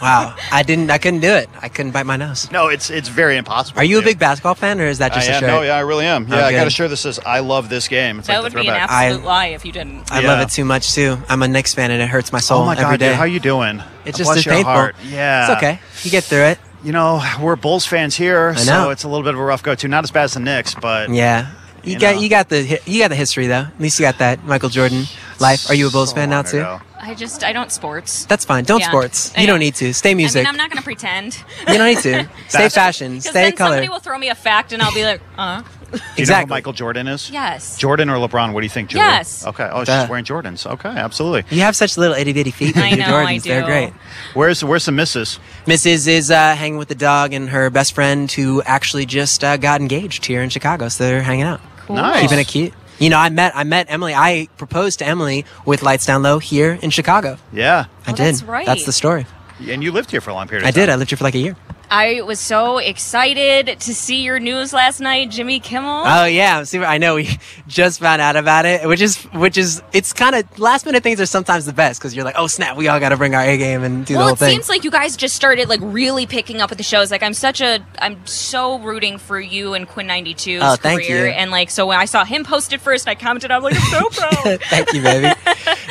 Speaker 11: Wow, I didn't. I couldn't do it. I couldn't bite my nose.
Speaker 3: No, it's it's very impossible.
Speaker 11: Are you a
Speaker 3: to do.
Speaker 11: big basketball fan, or is that just
Speaker 3: I
Speaker 11: a
Speaker 3: am.
Speaker 11: shirt? Oh,
Speaker 3: No, yeah, I really am. Yeah, I
Speaker 11: Okay.
Speaker 3: got a shirt that says "I love this game." It's
Speaker 4: That
Speaker 3: like
Speaker 4: would
Speaker 3: the
Speaker 4: be an
Speaker 3: throwback.
Speaker 4: absolute lie if you didn't.
Speaker 11: I
Speaker 3: Yeah.
Speaker 11: love it too much too. I'm a Knicks fan, and it hurts my soul
Speaker 3: oh my
Speaker 11: every
Speaker 3: god,
Speaker 11: day.
Speaker 3: dude, how you doing?
Speaker 11: It's
Speaker 3: Bless
Speaker 11: just it's
Speaker 3: your
Speaker 11: painful.
Speaker 3: heart. Yeah,
Speaker 11: it's okay. You get through it.
Speaker 3: You know, we're Bulls fans here, so
Speaker 11: know.
Speaker 3: it's a little bit of a rough go-to. Not as bad as the Knicks, but
Speaker 11: Yeah. You,
Speaker 3: You
Speaker 11: got
Speaker 3: know.
Speaker 11: you got the hi- you got the history though. At least you got that Michael Jordan life. Are you a Bulls
Speaker 3: so
Speaker 11: fan now
Speaker 3: long
Speaker 11: too?
Speaker 3: ago.
Speaker 4: I just I don't sports.
Speaker 11: That's fine. Don't
Speaker 4: Yeah.
Speaker 11: sports.
Speaker 4: I
Speaker 11: You
Speaker 4: know.
Speaker 11: don't need to. Stay
Speaker 4: I
Speaker 11: music.
Speaker 4: mean, I'm not gonna pretend.
Speaker 11: you don't need to. Stay
Speaker 3: That's-
Speaker 11: fashion.
Speaker 4: Because
Speaker 11: Stay
Speaker 4: then
Speaker 11: color.
Speaker 4: somebody will throw me a fact, and I'll be like, uh.
Speaker 3: Do you know who
Speaker 11: Exactly.
Speaker 3: Michael Jordan is?
Speaker 4: Yes.
Speaker 3: Jordan or LeBron? What do you think, Julie?
Speaker 4: Yes.
Speaker 3: Okay. Oh,
Speaker 11: Duh.
Speaker 3: she's wearing Jordans. Okay, absolutely.
Speaker 11: You have such little itty bitty feet with
Speaker 4: I
Speaker 11: your
Speaker 4: know,
Speaker 11: Jordans.
Speaker 4: I
Speaker 11: They're
Speaker 4: do.
Speaker 11: great.
Speaker 3: Where's where's the missus?
Speaker 11: Mrs. is uh, hanging with the dog and her best friend who actually just uh, got engaged here in Chicago. So they're hanging out.
Speaker 3: Nice.
Speaker 11: Keeping it cute. You know, I met I met Emily. I proposed to Emily with Lights Down Low here in Chicago.
Speaker 3: Yeah.
Speaker 11: I
Speaker 4: Oh,
Speaker 11: did.
Speaker 4: that's right.
Speaker 11: That's the story.
Speaker 3: And you lived here for a long period. of
Speaker 11: I
Speaker 3: time.
Speaker 11: did. I lived here for like a year.
Speaker 4: I was so excited to see your news last night, Jimmy Kimmel.
Speaker 11: Oh yeah, I'm super. I know we just found out about it, which is which is it's kind of last minute things are sometimes the best because you're like, oh snap, we all got to bring our A game and do the
Speaker 4: well,
Speaker 11: whole
Speaker 4: it
Speaker 11: thing.
Speaker 4: seems like you guys just started like really picking up with the shows. Like I'm such a I'm so rooting for you and Quinn 92's
Speaker 11: Oh,
Speaker 4: career.
Speaker 11: thank you.
Speaker 4: And like so when I saw him post it first, I commented, I'm like, I'm so proud.
Speaker 11: Thank you, baby.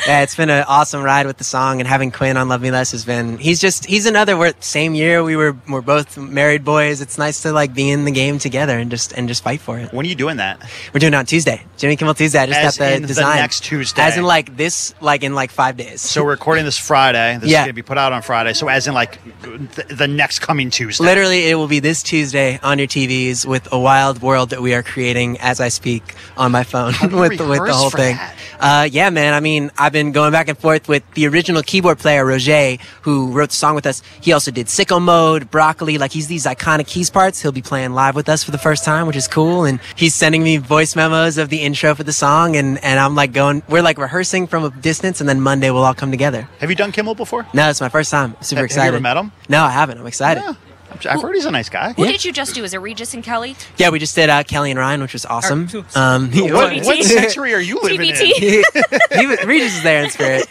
Speaker 11: yeah, it's been an awesome ride with the song and having Quinn on Love Me Less has been. He's just he's another. We're same year we were we're both married boys. It's nice to like be in the game together and just and just fight for it.
Speaker 3: When are you doing that?
Speaker 11: We're doing it on Tuesday, Jimmy Kimmel Tuesday. I just
Speaker 3: As
Speaker 11: got the
Speaker 3: in the
Speaker 11: design
Speaker 3: next Tuesday.
Speaker 11: as in like this, like in like five days.
Speaker 3: So we're recording this Friday. This
Speaker 11: Yeah.
Speaker 3: is going to be put out on Friday. So as in like th- the next coming Tuesday.
Speaker 11: Literally, it will be this Tuesday on your TVs with a wild world that we are creating as I speak on my phone
Speaker 3: do you
Speaker 11: with, the- with the
Speaker 3: rehearse
Speaker 11: whole
Speaker 3: for
Speaker 11: thing.
Speaker 3: that?
Speaker 11: Uh, yeah, man. I mean, I've been going back and forth with the original keyboard player, Roger, who wrote the song with us. He also did Sicko Mode, Broccoli. Like, he's these iconic keys parts. He'll be playing live with us for the first time, which is cool. And he's sending me voice memos of the intro for the song. And, and I'm like going, we're like rehearsing from a distance. And then Monday, we'll all come together.
Speaker 3: Have you done Kimmel before?
Speaker 11: No, it's my first time. Super
Speaker 3: Have- have you
Speaker 11: excited.
Speaker 3: ever met him?
Speaker 11: No, I haven't. I'm excited.
Speaker 3: Yeah. I've heard he's a nice guy.
Speaker 4: Who did you just do? Is it Regis and Kelly?
Speaker 11: Yeah, we just did uh, Kelly and Ryan, which was awesome. Um,
Speaker 4: What- what
Speaker 3: century are you living in? TBT.
Speaker 11: he was, Regis is there in spirit.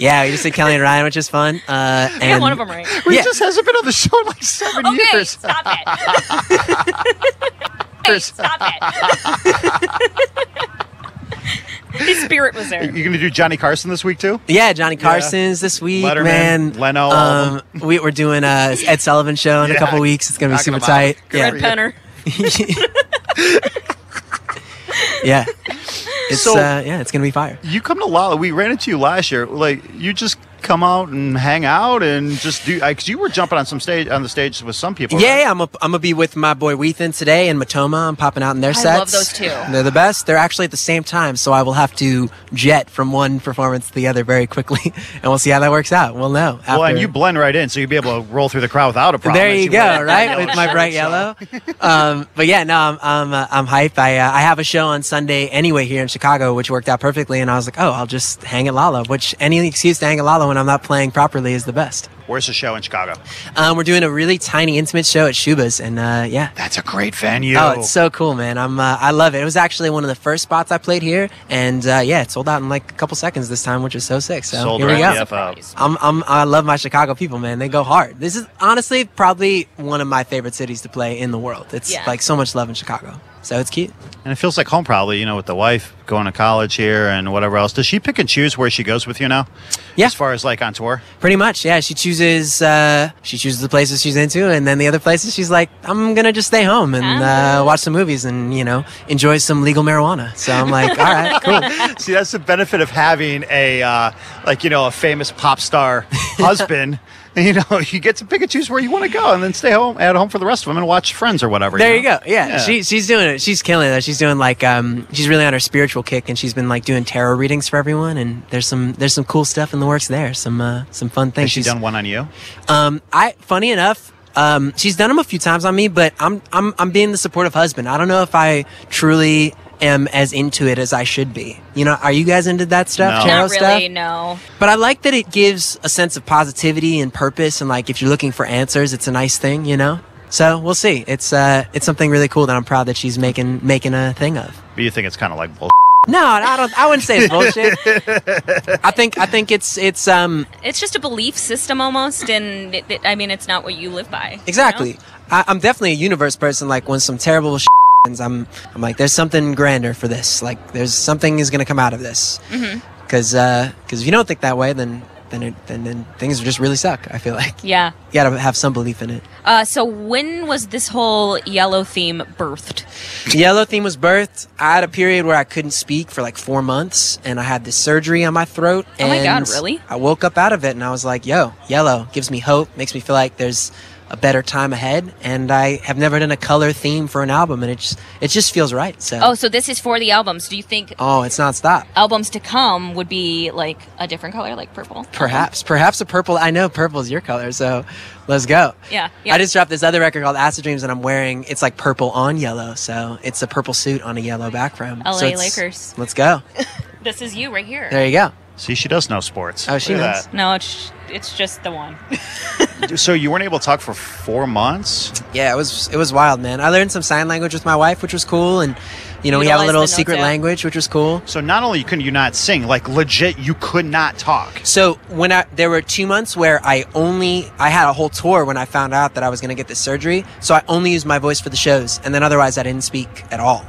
Speaker 11: Yeah, we just did Kelly and Ryan, which is fun. Uh, and
Speaker 4: Yeah, one of them right.
Speaker 11: Yeah.
Speaker 3: Regis hasn't been on the show in like seven
Speaker 4: Okay,
Speaker 3: years.
Speaker 4: stop it. Hey, stop it. His spirit was
Speaker 3: You're
Speaker 4: there.
Speaker 3: going to do Johnny Carson this week too?
Speaker 11: Yeah, Johnny Carson's this week,
Speaker 3: Letterman,
Speaker 11: man.
Speaker 3: Leno, all of
Speaker 11: Um, we, we're doing a Ed Sullivan show in
Speaker 3: Yeah.
Speaker 11: a couple weeks. It's gonna be
Speaker 3: Knock 'em
Speaker 11: super
Speaker 3: out.
Speaker 11: tight.
Speaker 3: Good
Speaker 11: yeah,
Speaker 3: for you.
Speaker 4: Penner.
Speaker 11: yeah. It's
Speaker 3: So-
Speaker 11: uh, yeah, it's gonna be fire.
Speaker 3: You come to Lala. We ran into you last year. Like you just come out and hang out and just do. Because you were jumping on some stage on the stage with some people.
Speaker 11: Yeah,
Speaker 3: right?
Speaker 11: yeah, I'm a, I'm gonna be with my boy Weathen today and Matoma. I'm popping out in their
Speaker 4: I
Speaker 11: sets.
Speaker 4: love those two.
Speaker 11: They're the best. They're actually at the same time, so I will have to jet from one performance to the other very quickly, and we'll see how that works out. We'll know.
Speaker 3: Well, and
Speaker 11: after-
Speaker 3: you blend right in, so you'd be able to roll through the crowd without a problem.
Speaker 11: There
Speaker 3: as
Speaker 11: you
Speaker 3: wear
Speaker 11: go,
Speaker 3: that
Speaker 11: right?
Speaker 3: yellow
Speaker 11: With my
Speaker 3: shirt,
Speaker 11: bright
Speaker 3: so-
Speaker 11: yellow. um, but yeah, no, I'm I'm, uh, I'm hype. I uh, I have a show on Sunday anyway here in Chicago, which worked out perfectly, and I was like, oh, I'll just hang at Lala. Which any excuse to hang at Lala when I'm not playing properly is the best.
Speaker 3: Where's the show in Chicago?
Speaker 11: Um, we're doing a really tiny, intimate show at Shuba's, and uh, yeah,
Speaker 3: That's a great venue.
Speaker 11: Oh, it's so cool, man! I'm uh, I love it. It was actually one of the first spots I played here, and uh, yeah, it sold out in like a couple seconds this time, which is so sick. So
Speaker 3: sold
Speaker 11: here we
Speaker 3: right
Speaker 11: go.
Speaker 3: the F out.
Speaker 11: I'm, I'm, I love my Chicago people, man. They go hard. This is honestly probably one of my favorite cities to play in the world. It's
Speaker 4: Yeah.
Speaker 11: like so much love in Chicago, so it's cute.
Speaker 3: And it feels like home, probably, you know, with the wife going to college here and whatever else. Does she pick and choose where she goes with you now?
Speaker 11: Yeah.
Speaker 3: As far as like on tour?
Speaker 11: Pretty much, yeah. She chooses uh, she chooses the places she's into, and then the other places she's like, I'm gonna just stay home and uh, watch some movies and you know enjoy some legal marijuana. So I'm like, all right, cool.
Speaker 3: See, that's the benefit of having a, uh, like, you know, a famous pop star husband. You know, you get to pick and choose where you want to go and then stay home at home for the rest of them and watch Friends or whatever.
Speaker 11: There you
Speaker 3: know?
Speaker 11: go. Yeah, She, she's doing it. She's killing it. She's doing like um, she's really on her spiritual kick, and she's been like doing tarot readings for everyone. And there's some there's some cool stuff in the works there. Some uh, some fun things.
Speaker 3: Has she
Speaker 11: she's
Speaker 3: done one on you?
Speaker 11: Um, I funny enough. Um, she's done them a few times on me, but I'm I'm I'm being the supportive husband. I don't know if I truly am as into it as I should be. You know, are you guys into that stuff,
Speaker 3: No.
Speaker 11: tarot
Speaker 4: Not
Speaker 11: stuff?
Speaker 4: really, no.
Speaker 11: But I like that it gives a sense of positivity and purpose, and like if you're looking for answers, it's a nice thing, you know. So we'll see. It's uh, it's something really cool that I'm proud that she's making making a thing of.
Speaker 3: But you think it's kind of like bull.
Speaker 11: No, I don't. I wouldn't say it's bullshit. I think I think it's it's um
Speaker 4: It's just a belief system almost, and it, it- I mean, it's not what you live by. you know?
Speaker 11: exactly. I, I'm definitely a universe person. Like when some terrible shit happens, I'm I'm like, there's something grander for this. Like there's something is gonna come out of this.
Speaker 4: Mm-hmm.
Speaker 11: Because because if you don't think that way, then then it, then then things just really suck. I feel like
Speaker 4: Yeah.
Speaker 11: you gotta have some belief in it.
Speaker 4: Uh, so when was this whole yellow theme birthed?
Speaker 11: The Yellow theme was birthed. I had a period where I couldn't speak for like four months, and I had this surgery on my throat.
Speaker 4: Oh my God,
Speaker 11: and
Speaker 4: really?
Speaker 11: I woke up out of it, and I was like, "Yo, yellow gives me hope, makes me feel like there's a better time ahead." And I have never done a color theme for an album, and it just it just feels right. So,
Speaker 4: Oh, Uh-huh. so this is for the albums. Do you think
Speaker 11: oh it's not stop.
Speaker 4: albums to come would be like a different color, like purple?
Speaker 11: Perhaps, perhaps a purple. I know purple's your color, so let's go.
Speaker 4: Yeah, yeah.
Speaker 11: I just dropped this other record called Acid Dreams, and I'm wearing it's like purple on yellow, so it's a purple suit on a yellow background.
Speaker 4: LA
Speaker 11: so it's-
Speaker 4: Lakers.
Speaker 11: Let's go.
Speaker 4: This is you right here.
Speaker 11: There you go.
Speaker 3: See, she does know sports.
Speaker 11: Oh, she
Speaker 3: Look at
Speaker 11: knows.
Speaker 4: No, it's it's just the one.
Speaker 3: that. So you weren't able to talk for four months?
Speaker 11: Yeah, it was it was wild, man. I learned some sign language with my wife, which was cool, and you know we have a
Speaker 4: Utilize the
Speaker 11: little
Speaker 4: notes
Speaker 11: secret
Speaker 4: app.
Speaker 11: language, which was cool.
Speaker 3: So not only could you not sing, like legit, you could not talk.
Speaker 11: So when I there were two months where I only I had a whole tour when I found out that I was going to get this surgery, so I only used my voice for the shows, and then otherwise I didn't speak at all.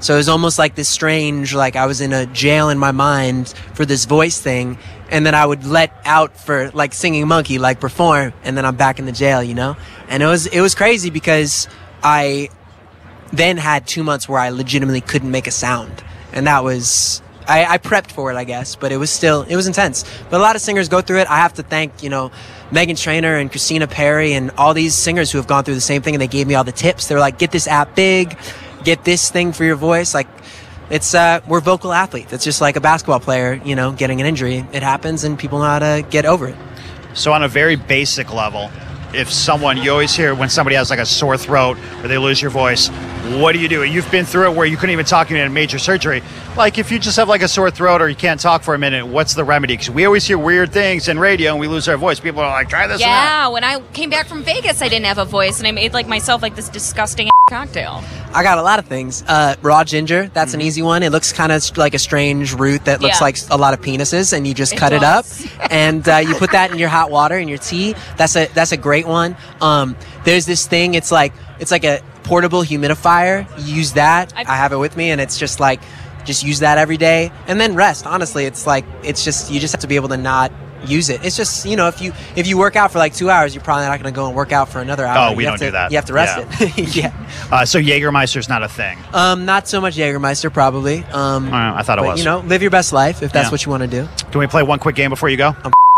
Speaker 11: So it was almost like this strange, like I was in a jail in my mind for this voice thing. And then I would let out for like singing monkey, like perform. And then I'm back in the jail, you know? And it was, it was crazy because I then had two months where I legitimately couldn't make a sound. And that was, I, I prepped for it, I guess, but it was still, it was intense. But a lot of singers go through it. I have to thank, you know, Megan Trainer and Christina Perry and all these singers who have gone through the same thing and they gave me all the tips. They were like, get this app big, get this thing for your voice. Like, it's, uh, we're vocal athletes. It's just like a basketball player, you know, getting an injury. It happens and people know how to get over it.
Speaker 3: So on a very basic level, if someone you always hear when somebody has like a sore throat or they lose your voice, what do you do? You've been through it where you couldn't even talk. You had a major surgery. Like if you just have like a sore throat or you can't talk for a minute, what's the remedy? Because we always hear weird things in radio and we lose our voice. People are like, try this. and that.
Speaker 4: yeah, when I came back from Vegas, I didn't have a voice, and I made like myself like this disgusting cocktail.
Speaker 11: I got a lot of things. Uh, raw ginger, that's an easy one. It looks kind of like a strange root that looks
Speaker 4: Mm-hmm. Yeah.
Speaker 11: like a lot of penises, and you just
Speaker 4: It
Speaker 11: cut
Speaker 4: does.
Speaker 11: it up, and uh, you put that in your hot water and your tea. That's a that's a great one. Um, there's this thing. It's like it's like a portable humidifier. You use that. i have it with me, and it's just like just use that every day, and then rest. Honestly, it's like it's just you just have to be able to not use it. It's just you know if you if you work out for like two hours, you're probably not going to go and work out for another hour.
Speaker 3: Oh, we
Speaker 11: You
Speaker 3: don't
Speaker 11: have
Speaker 3: do
Speaker 11: to-
Speaker 3: that.
Speaker 11: You have to rest
Speaker 3: Yeah.
Speaker 11: it. yeah.
Speaker 3: Uh, so Jägermeister's not a thing.
Speaker 11: Um, not so much Jägermeister, probably. Um,
Speaker 3: right, I thought it
Speaker 11: but,
Speaker 3: was.
Speaker 11: You know, live your best life if that's
Speaker 3: Yeah.
Speaker 11: what you want to do.
Speaker 3: Can we play one quick game before you go?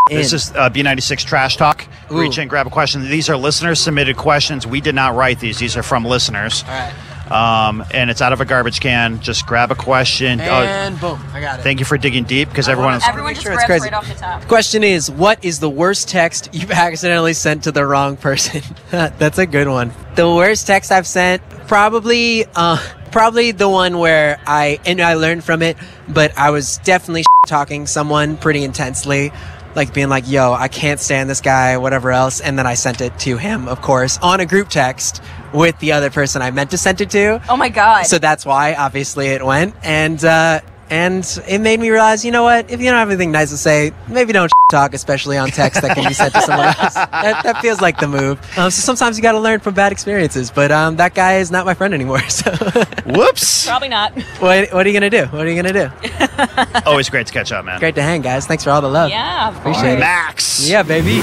Speaker 3: this
Speaker 11: in.
Speaker 3: is uh, B96 Trash Talk.
Speaker 11: Ooh.
Speaker 3: Reach in, grab a question. These are listeners submitted questions. We did not write these. These are from listeners. All
Speaker 11: right.
Speaker 3: Um, and it's out of a garbage can. Just grab a question. Uh,
Speaker 11: boom, I got
Speaker 3: thank you for digging deep because everyone. is-
Speaker 4: Everyone just
Speaker 11: sure it's
Speaker 4: grabs
Speaker 11: crazy.
Speaker 4: right off the top.
Speaker 11: Question is, what is the worst text you've accidentally sent to the wrong person? that's a good one. The worst text I've sent, probably, uh, probably the one where I and I learned from it, but I was definitely talking someone pretty intensely. Like being like, yo, I can't stand this guy, whatever else. And then I sent it to him, of course, on a group text with the other person I meant to send it to.
Speaker 4: Oh my god!
Speaker 11: So that's why, obviously, it went, and uh, and it made me realize, you know what? If you don't have anything nice to say, maybe don't talk, especially on text that can be sent to someone else. That, that feels like the move. Um, so sometimes you got to learn from bad experiences. But um, that guy is not my friend anymore. So
Speaker 3: whoops.
Speaker 4: Probably not.
Speaker 11: What, what are you gonna do? What are you gonna do?
Speaker 3: Always great to catch up, man.
Speaker 11: Great to hang, guys. Thanks for all the love.
Speaker 4: Yeah,
Speaker 11: appreciate it.
Speaker 3: Max.
Speaker 11: Yeah, baby.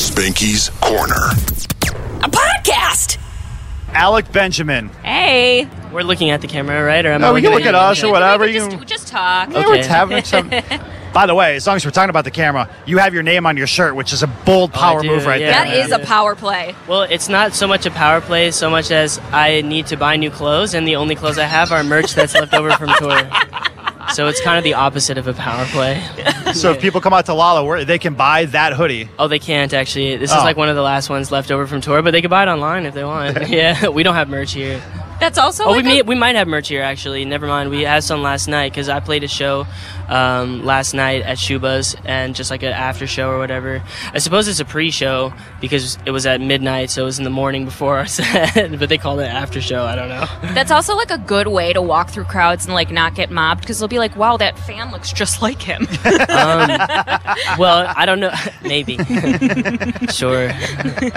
Speaker 1: Spanky's Corner.
Speaker 2: A podcast.
Speaker 3: Alec Benjamin.
Speaker 4: Hey.
Speaker 12: We're looking at the camera, right? Or am I
Speaker 3: No, you can look
Speaker 12: looking
Speaker 3: at us or whatever. You
Speaker 4: Just,
Speaker 3: can-
Speaker 4: just talk.
Speaker 3: Yeah, we're having some- By the way, as long as we're talking about the camera, you have your name on your shirt, which is a
Speaker 11: Oh,
Speaker 3: bold power
Speaker 12: do,
Speaker 3: move right
Speaker 12: yeah.
Speaker 3: there.
Speaker 4: That is a power play.
Speaker 12: Well, it's not so much a power play, so much as I need to buy new clothes, and the only clothes I have are merch that's left over from tour. So it's kind of the opposite of a power play.
Speaker 3: So if people come out to Lala, where they can buy that hoodie.
Speaker 12: Oh, they can't actually. This
Speaker 3: Oh.
Speaker 12: is like one of the last ones left over from tour, but they can buy it online if they want. yeah, we don't have merch here.
Speaker 4: That's also.
Speaker 12: oh,
Speaker 4: like
Speaker 12: we, may,
Speaker 4: a-
Speaker 12: we might have merch here actually. Never mind. We had some last night because I played a show um, last night at Shuba's and just like an after show or whatever. I suppose it's a pre-show because it was at midnight, so it was in the morning before our set. but they called it after show. I don't know.
Speaker 4: That's also like a good way to walk through crowds and like not get mobbed because they'll be like, "Wow, that fan looks just like him."
Speaker 12: Um, well, I don't know. Maybe. sure.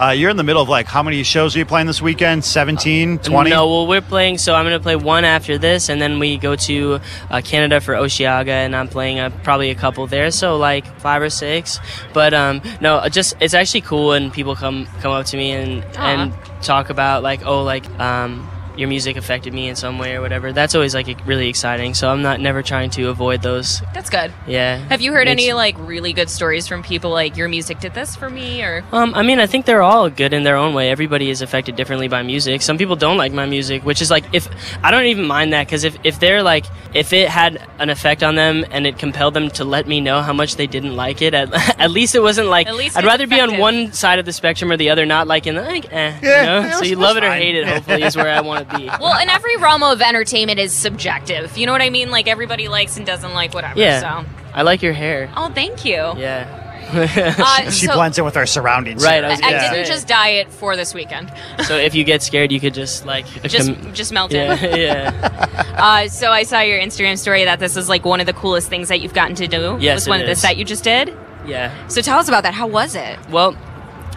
Speaker 3: Uh, you're in the middle of like how many shows are you playing this weekend? 17, 20?
Speaker 12: No, well, we're playing. So I'm gonna play one after this, and then we go to uh, Canada for Oceaga, and I'm playing uh, probably a couple there. So like five or six. But um, no, uh, just it's actually cool when people come come up to me and
Speaker 4: Aw.
Speaker 12: and talk about like oh like um. Your music affected me in some way or whatever. That's always like e-, really exciting. So I'm not never trying to avoid those.
Speaker 4: That's good.
Speaker 12: Yeah.
Speaker 4: Have you heard
Speaker 12: Makes-
Speaker 4: any like really good stories from people like your music did this for me or
Speaker 12: Um, I mean, I think they're all good in their own way. Everybody is affected differently by music. Some people don't like my music, which is like if I don't even mind that because if if they're like if it had an effect on them and it compelled them to let me know how much they didn't like it, at, at least it wasn't like
Speaker 4: At least
Speaker 12: I'd
Speaker 4: it's
Speaker 12: rather be on one side of the spectrum or the other, not like in the like eh,
Speaker 4: Yeah,
Speaker 12: you know.
Speaker 4: it
Speaker 12: So
Speaker 4: was-
Speaker 12: you
Speaker 4: it
Speaker 12: love
Speaker 4: was
Speaker 12: it or
Speaker 4: fine.
Speaker 12: hate it. Hopefully, is where I want to be.
Speaker 4: Well, and every realm of entertainment is subjective. You know what I mean? Like everybody likes and doesn't like whatever.
Speaker 12: Yeah,
Speaker 4: So.
Speaker 12: I like your hair.
Speaker 4: Oh, thank you.
Speaker 12: Yeah.
Speaker 4: Uh,
Speaker 3: she
Speaker 4: so-
Speaker 3: blends in with our surroundings.
Speaker 12: Right,
Speaker 4: I,
Speaker 12: I was
Speaker 4: I
Speaker 12: gonna
Speaker 4: didn't
Speaker 12: say.
Speaker 4: just dye it for this weekend.
Speaker 12: so if you get scared, you could just like
Speaker 4: Just- just melt it.
Speaker 12: Yeah, yeah.
Speaker 4: Uh, so I saw your Instagram story that this is like one of the coolest things that you've gotten to do.
Speaker 12: Yes,
Speaker 4: was
Speaker 12: it
Speaker 4: one of the
Speaker 12: is.
Speaker 4: set you just did.
Speaker 12: Yeah.
Speaker 4: So tell us about that. How was it?
Speaker 12: Well,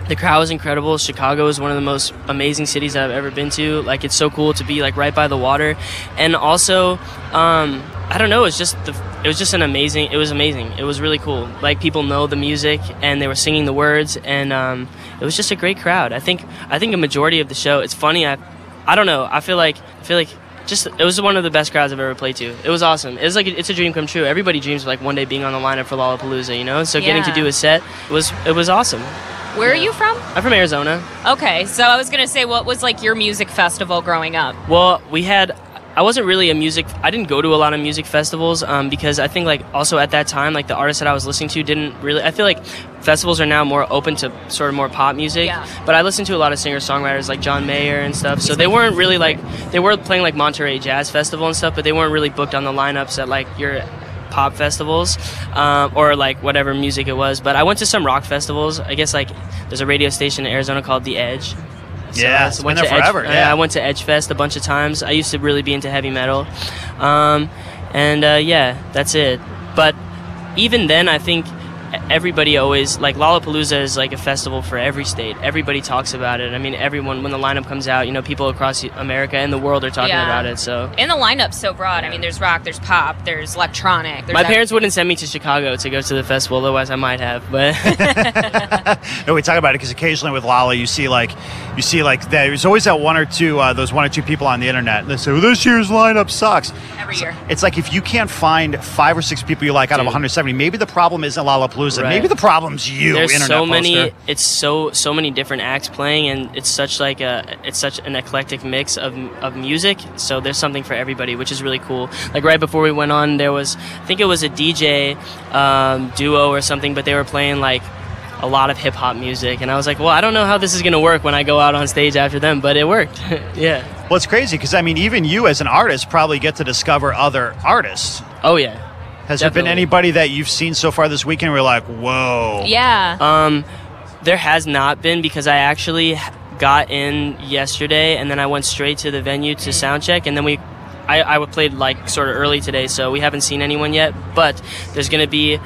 Speaker 12: The crowd is incredible. Chicago is one of the most amazing cities I've ever been to. Like it's so cool to be like right by the water, and also, um, I don't know. It's just the it was just an amazing. It was amazing. It was really cool. Like people know the music and they were singing the words, and um, it was just a great crowd. I think I think a majority of the show. It's funny. I I don't know. I feel like I feel like just it was one of the best crowds I've ever played to. It was awesome. It was like it's a dream come true. Everybody dreams of like one day being on the lineup for Lollapalooza, you know. So getting to
Speaker 4: Yeah.
Speaker 12: do a set was it was awesome.
Speaker 4: Where are you from?
Speaker 12: I'm from Arizona.
Speaker 4: Okay, so I was gonna say, what was like your music festival growing up?
Speaker 12: Well, we had. I wasn't really a music. I didn't go to a lot of music festivals um, because I think like also at that time like the artists that I was listening to didn't really. I feel like festivals are now more open to sort of more pop music.
Speaker 4: Yeah.
Speaker 12: But I listened to a lot of singer songwriters like John Mayer and stuff. So they weren't really like they were playing like Monterey Jazz Festival and stuff, but they weren't really booked on the lineups at like your pop festivals um, or like whatever music it was. But I went to some rock festivals. I guess like there's a radio station in Arizona called The Edge.
Speaker 3: Yeah,
Speaker 12: I
Speaker 3: it's
Speaker 12: went
Speaker 3: been
Speaker 12: to
Speaker 3: there forever,
Speaker 12: Edge, Uh,
Speaker 3: yeah.
Speaker 12: I went to Edgefest a bunch of times. I used to really be into heavy metal, um, and uh, yeah, that's it. But even then, I think everybody always like Lollapalooza is like a festival for every state. Everybody talks about it. I mean, everyone when the lineup comes out, you know, people across America and the world are talking
Speaker 4: Yeah.
Speaker 12: about it. So
Speaker 4: And the lineup's so broad. I mean, there's rock, there's pop, there's electronic. There's
Speaker 12: my parents wouldn't send me to Chicago to go to the festival, otherwise I might have. But
Speaker 3: No, we talk about it because occasionally with Lala, you see like, you see like there's always that one or two, uh, those one or two people on the internet, and they say, well, "This year's lineup sucks." Every year, it's like if you can't find five or six people you like out of 170, maybe the problem isn't Lollapalooza,
Speaker 12: Right.
Speaker 3: maybe the problem's you.
Speaker 12: There's
Speaker 3: internet
Speaker 12: so
Speaker 3: poster.
Speaker 12: many. It's so so many different acts playing, and it's such like a it's such an eclectic mix of of music. So there's something for everybody, which is really cool. Like right before we went on, there was I think it was a DJ um, duo or something, but they were playing like a lot of hip hop music, and I was like, well, I don't know how this is gonna work when I go out on stage after them, but it worked. yeah.
Speaker 3: Well, it's crazy because I mean, even you as an artist probably get to discover other artists.
Speaker 12: Oh yeah.
Speaker 3: Has there been
Speaker 12: Definitely.
Speaker 3: anybody that you've seen so far this weekend? Where you're like, whoa.
Speaker 4: Yeah.
Speaker 12: Um, there has not been because I actually h- got in yesterday and then I went straight to the venue to sound check and then we. I, I w- played like sort of early today, so we haven't seen anyone yet. But there's gonna be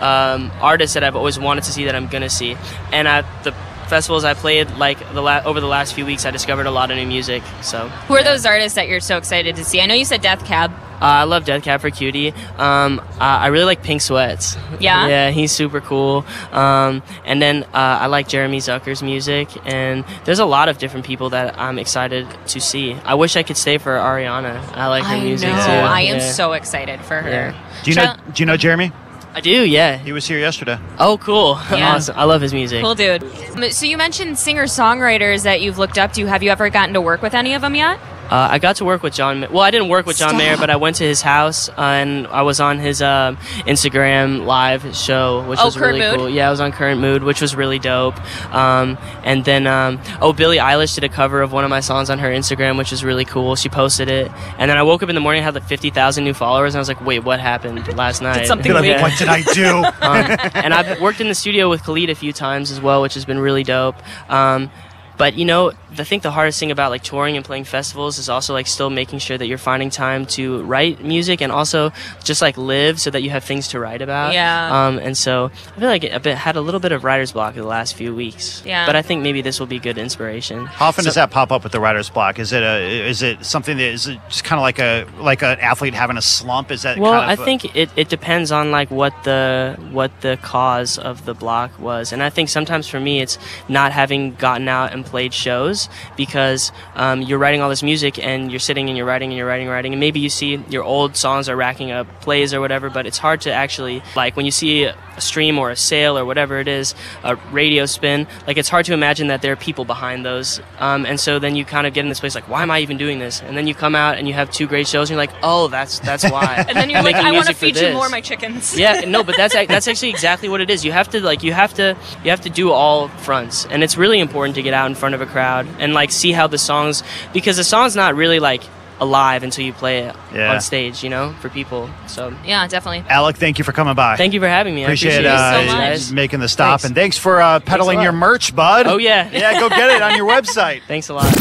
Speaker 12: um, artists that I've always wanted to see that I'm gonna see, and at the festivals I played, like the la- over the last few weeks, I discovered a lot of new music. So
Speaker 4: Who are those artists that you're so excited to see? I know you said Death Cab.
Speaker 12: uh, I love Death Cab for Cutie. Um, uh, I really like Pink Sweats.
Speaker 4: Yeah?
Speaker 12: Yeah, he's super cool. Um, and then uh, I like Jeremy Zucker's music. And there's a lot of different people that I'm excited to see. I wish I could stay for Ariana. I like her
Speaker 4: I
Speaker 12: music
Speaker 4: know.
Speaker 12: too.
Speaker 4: I am
Speaker 12: Yeah.
Speaker 4: so excited for her.
Speaker 12: Yeah.
Speaker 3: Do you know? Do you know Jeremy?
Speaker 12: I do. Yeah.
Speaker 3: He was here yesterday.
Speaker 12: Oh, cool.
Speaker 4: Yeah.
Speaker 12: awesome. I love his music.
Speaker 4: Cool dude. Um, So you mentioned singer songwriters that you've looked up to. Have you ever gotten to work with any of them yet?
Speaker 12: Uh, I got to work with John. Ma- Well, I didn't work with John Mayer, but I went to his house uh, and I was on his um, Instagram live show, which
Speaker 4: Oh,
Speaker 12: was
Speaker 4: Current
Speaker 12: really
Speaker 4: Mood?
Speaker 12: cool. Yeah, I was on Current Mood, which was really dope. Um, and then, um, oh, Billie Eilish did a cover of one of my songs on her Instagram, which was really cool. She posted it, and then I woke up in the morning, and had like fifty thousand new followers, and I was like, wait, what happened last night?
Speaker 3: something You're like, weird. "What did I do?"
Speaker 12: um, and I've worked in the studio with Khalid a few times as well, which has been really dope. Um, but you know, I think the hardest thing about like touring and playing festivals is also like still making sure that you're finding time to write music and also just like live so that you have things to write about.
Speaker 4: Yeah.
Speaker 12: Um, and so I feel like I've been, had a little bit of writer's block in the last few weeks.
Speaker 4: Yeah.
Speaker 12: But I think maybe this will be good inspiration.
Speaker 3: How often does that pop up with the writer's block? Is it a is it something that is it just kind of like a like an athlete having a slump? Is that
Speaker 12: well
Speaker 3: Kind of
Speaker 12: i think it, it depends on like what the what the cause of the block was and i think sometimes for me it's not having gotten out and played shows because um, you're writing all this music and you're sitting and you're writing and you're writing and writing and maybe you see your old songs are racking up plays or whatever but it's hard to actually like when you see a stream or a sale or whatever it is a radio spin like it's hard to imagine that there are people behind those um, and so then you kind of get in this place like why am i even doing this and then you come out and you have two great shows and you're like oh that's that's why
Speaker 4: And then you're
Speaker 12: I'm
Speaker 4: like,
Speaker 12: making
Speaker 4: I want to
Speaker 12: music for
Speaker 4: feed you
Speaker 12: this."
Speaker 4: more of my chickens.
Speaker 12: yeah, no, but that's ac- that's actually exactly what it is. You have to like you have to you have to do all fronts, and it's really important to get out in front of a crowd and like see how the songs because the song's not really like alive until you play it
Speaker 3: Yeah.
Speaker 12: on stage, you know, for people. So
Speaker 4: yeah, definitely.
Speaker 3: Alec, thank you for coming by.
Speaker 12: Thank you for having me. I
Speaker 3: Appreciate,
Speaker 12: appreciate
Speaker 3: uh,
Speaker 12: it so much.
Speaker 3: you making the stop,
Speaker 12: Thanks.
Speaker 3: and thanks for uh, peddling
Speaker 12: lot.
Speaker 3: your merch, bud.
Speaker 12: Oh, yeah.
Speaker 3: yeah. Go get it on your website.
Speaker 12: Thanks a lot.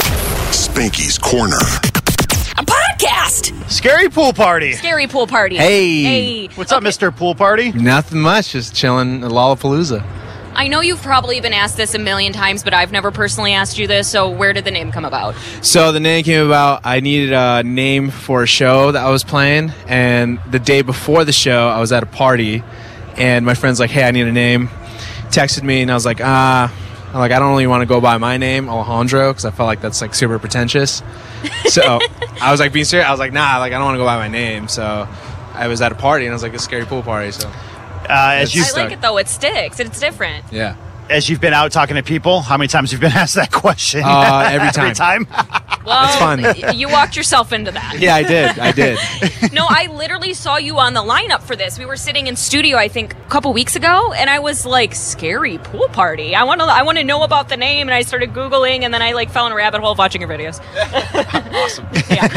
Speaker 1: Spanky's Corner.
Speaker 2: A podcast.
Speaker 3: Scary pool party.
Speaker 4: Scary pool party.
Speaker 13: Hey.
Speaker 4: Hey.
Speaker 3: What's up, Mr. Pool Party?
Speaker 13: Nothing much, just chilling at Lollapalooza.
Speaker 4: I know you've probably been asked this a million times, but I've never personally asked you this. So where did the name come about?
Speaker 13: So the name came about. I needed a name for a show that I was playing, and the day before the show, I was at a party, and my friend's like, "Hey, I need a name." Texted me, and I was like, "Ah." I'm like, I don't really want to go by my name, Alejandro, because I felt like that's like super pretentious. So I was like being serious. I was like, nah, like I don't want to go by my name. So I was at a party and I was like a scary pool party. So
Speaker 3: Uh, as you
Speaker 4: I like it though. It sticks. It's different.
Speaker 13: yeah.
Speaker 3: As you've been out talking to people, how many times you've been asked that question?
Speaker 13: Uh, every time.
Speaker 4: Well,
Speaker 3: fun.
Speaker 4: y- you walked yourself into that.
Speaker 13: Yeah, I did. I did.
Speaker 4: no, I literally saw you on the lineup for this. We were sitting in studio, I think, a couple weeks ago, and I was like, "Scary pool party." I want to, I want to know about the name, and I started googling, and then I like fell in a rabbit hole of watching your videos.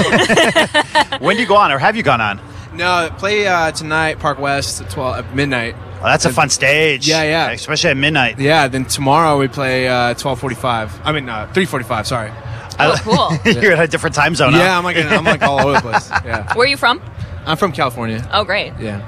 Speaker 3: when do you go on, or have you gone on?
Speaker 13: No, play uh, tonight, Park West at twelve at midnight.
Speaker 3: Oh, that's a fun stage.
Speaker 13: Yeah, yeah.
Speaker 3: Especially at midnight.
Speaker 13: Yeah. Then tomorrow we play uh, twelve forty-five. I mean, uh, three forty-five. Sorry.
Speaker 3: Oh, cool. You're at a different time zone.
Speaker 13: Yeah,
Speaker 3: huh?
Speaker 13: I'm like I'm like all over the place. Yeah.
Speaker 4: Where are you from?
Speaker 13: I'm from California.
Speaker 4: Oh, great.
Speaker 13: Yeah.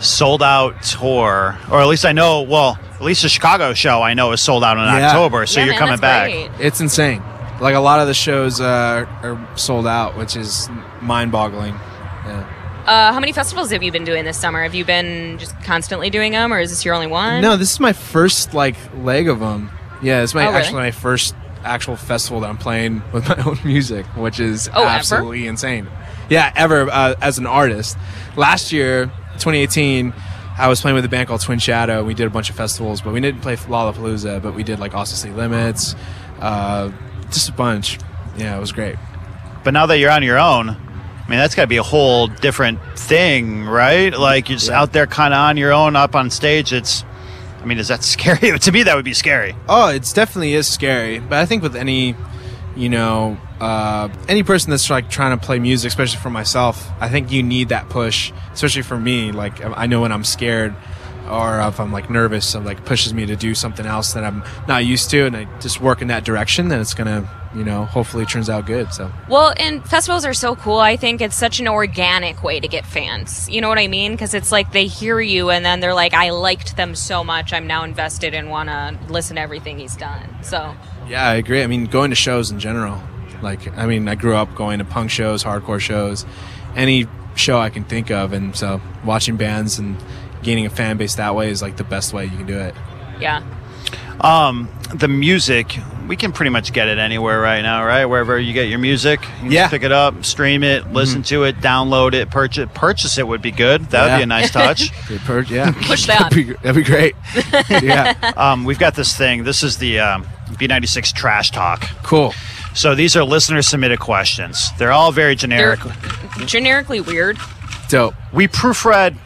Speaker 3: sold out tour, or at least I know. Well, at least the Chicago show I know is sold out in
Speaker 13: Yeah.
Speaker 3: October, so you're coming back.
Speaker 13: It's insane. Like a lot of the shows uh, are sold out, which is mind-boggling. Yeah.
Speaker 4: Uh, how many festivals have you been doing this summer? Have you been just constantly doing them, or is this your only one?
Speaker 13: No, this is my first like leg of them. Yeah, it's my
Speaker 4: Oh, really?
Speaker 13: actually my first actual festival that I'm playing with my own music, which is
Speaker 4: Oh, ever?
Speaker 13: absolutely insane. Yeah, ever uh, as an artist. Last year, 2018, I was playing with a band called Twin Shadow. We did a bunch of festivals, but we didn't play Lollapalooza, but we did like Austin City Limits, uh, just a bunch. Yeah, it was great.
Speaker 3: But now that you're on your own, I mean, that's got to be a whole different thing, right? Like you're just out there, kind of on your own, up on stage. It's, I mean, is that scary? to me, that would be scary.
Speaker 13: Oh, it's definitely is scary. But I think with any, you know, uh, any person that's like trying to play music, especially for myself, I think you need that push. Especially for me, like I know when I'm scared or if I'm like nervous, it like pushes me to do something else that I'm not used to, and I just work in that direction. Then it's gonna, you know, hopefully turns out good. So.
Speaker 4: Well, and festivals are so cool. I think it's such an organic way to get fans. You know what I mean? Because it's like they hear you and then they're like, I liked them so much. I'm now invested and want to listen to everything he's done. So,
Speaker 13: Yeah, I agree. I mean, going to shows in general. Like, I mean, I grew up going to punk shows, hardcore shows, any show I can think of. And so watching bands and gaining a fan base that way is like the best way you can do it.
Speaker 4: yeah.
Speaker 3: Um, the music, we can pretty much get it anywhere right now, right? Wherever you get your music, you can just pick it up, stream it, listen to it, download it, purchase purchase it would be good. That would
Speaker 13: Yeah.
Speaker 3: be a nice touch.
Speaker 13: Good purge, yeah.
Speaker 4: Push that.
Speaker 13: That'd be, that'd be great. yeah.
Speaker 3: Um, we've got this thing. This is the um, B96 Trash Talk.
Speaker 13: Cool.
Speaker 3: So these are listener submitted questions. They're all very generic.
Speaker 4: Generically weird,
Speaker 13: Dope.
Speaker 3: We proofread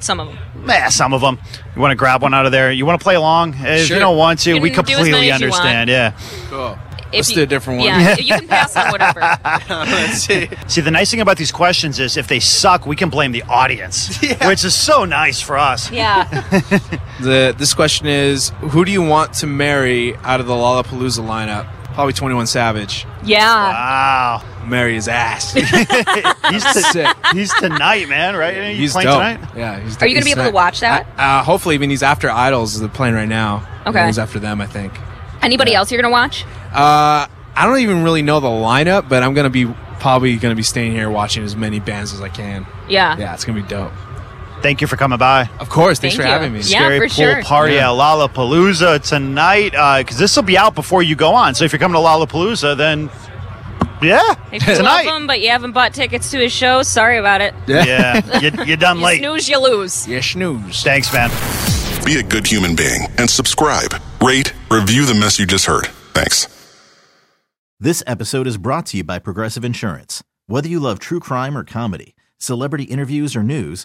Speaker 4: some of them.
Speaker 3: eh, some of them. You want to grab one out of there? You want to play along? Eh, If
Speaker 4: Sure.
Speaker 3: you don't want to,
Speaker 4: You
Speaker 3: we
Speaker 4: can do as many
Speaker 3: completely
Speaker 4: as you want.
Speaker 3: understand. Yeah.
Speaker 13: Cool.
Speaker 4: If you- Yeah, you can pass on whatever.
Speaker 13: Let's see.
Speaker 3: See, the nice thing about these questions is if they suck, we can blame the audience, which is so nice for us.
Speaker 4: Yeah.
Speaker 13: The, this question is Who do you want to marry out of the Lollapalooza lineup? Probably 21 Savage.
Speaker 4: Yeah.
Speaker 3: Wow.
Speaker 13: Marry his ass.
Speaker 3: he's, to,
Speaker 13: Sick.
Speaker 3: he's tonight, man, right? Ain't he
Speaker 13: He's
Speaker 3: playing
Speaker 13: dope.
Speaker 3: tonight?
Speaker 13: Yeah. He's
Speaker 4: Are you going to be
Speaker 13: he's
Speaker 4: able to
Speaker 13: sick.
Speaker 4: watch that?
Speaker 13: Uh, hopefully, I mean, he's after Idols. They're playing right now.
Speaker 4: Okay.
Speaker 13: He's after them, I think.
Speaker 4: Anybody else you're going to watch?
Speaker 13: Uh, I don't even really know the lineup, but I'm gonna be probably gonna be staying here watching as many bands as I can.
Speaker 4: Yeah.
Speaker 13: Yeah, it's gonna be dope.
Speaker 3: Thank you for coming by.
Speaker 13: Of course, thanks for
Speaker 4: Thank you.
Speaker 13: having me.
Speaker 4: Yeah,
Speaker 3: Scary
Speaker 4: for
Speaker 3: pool
Speaker 4: sure.
Speaker 3: party
Speaker 4: Yeah.
Speaker 3: at Lollapalooza tonight because this will be out before you go on. So if you're coming to Lollapalooza, then yeah,
Speaker 4: If you love
Speaker 3: tonight.
Speaker 4: him, but you haven't bought tickets to his show, sorry about it.
Speaker 3: Yeah, you, you're done
Speaker 4: You
Speaker 3: late.
Speaker 4: snooze, you lose.
Speaker 13: Yes, news.
Speaker 3: Thanks, man.
Speaker 1: Be a good human being and subscribe, rate, review the mess you just heard. Thanks.
Speaker 14: This episode is brought to you by Progressive Insurance. Whether you love true crime or comedy, celebrity interviews or news,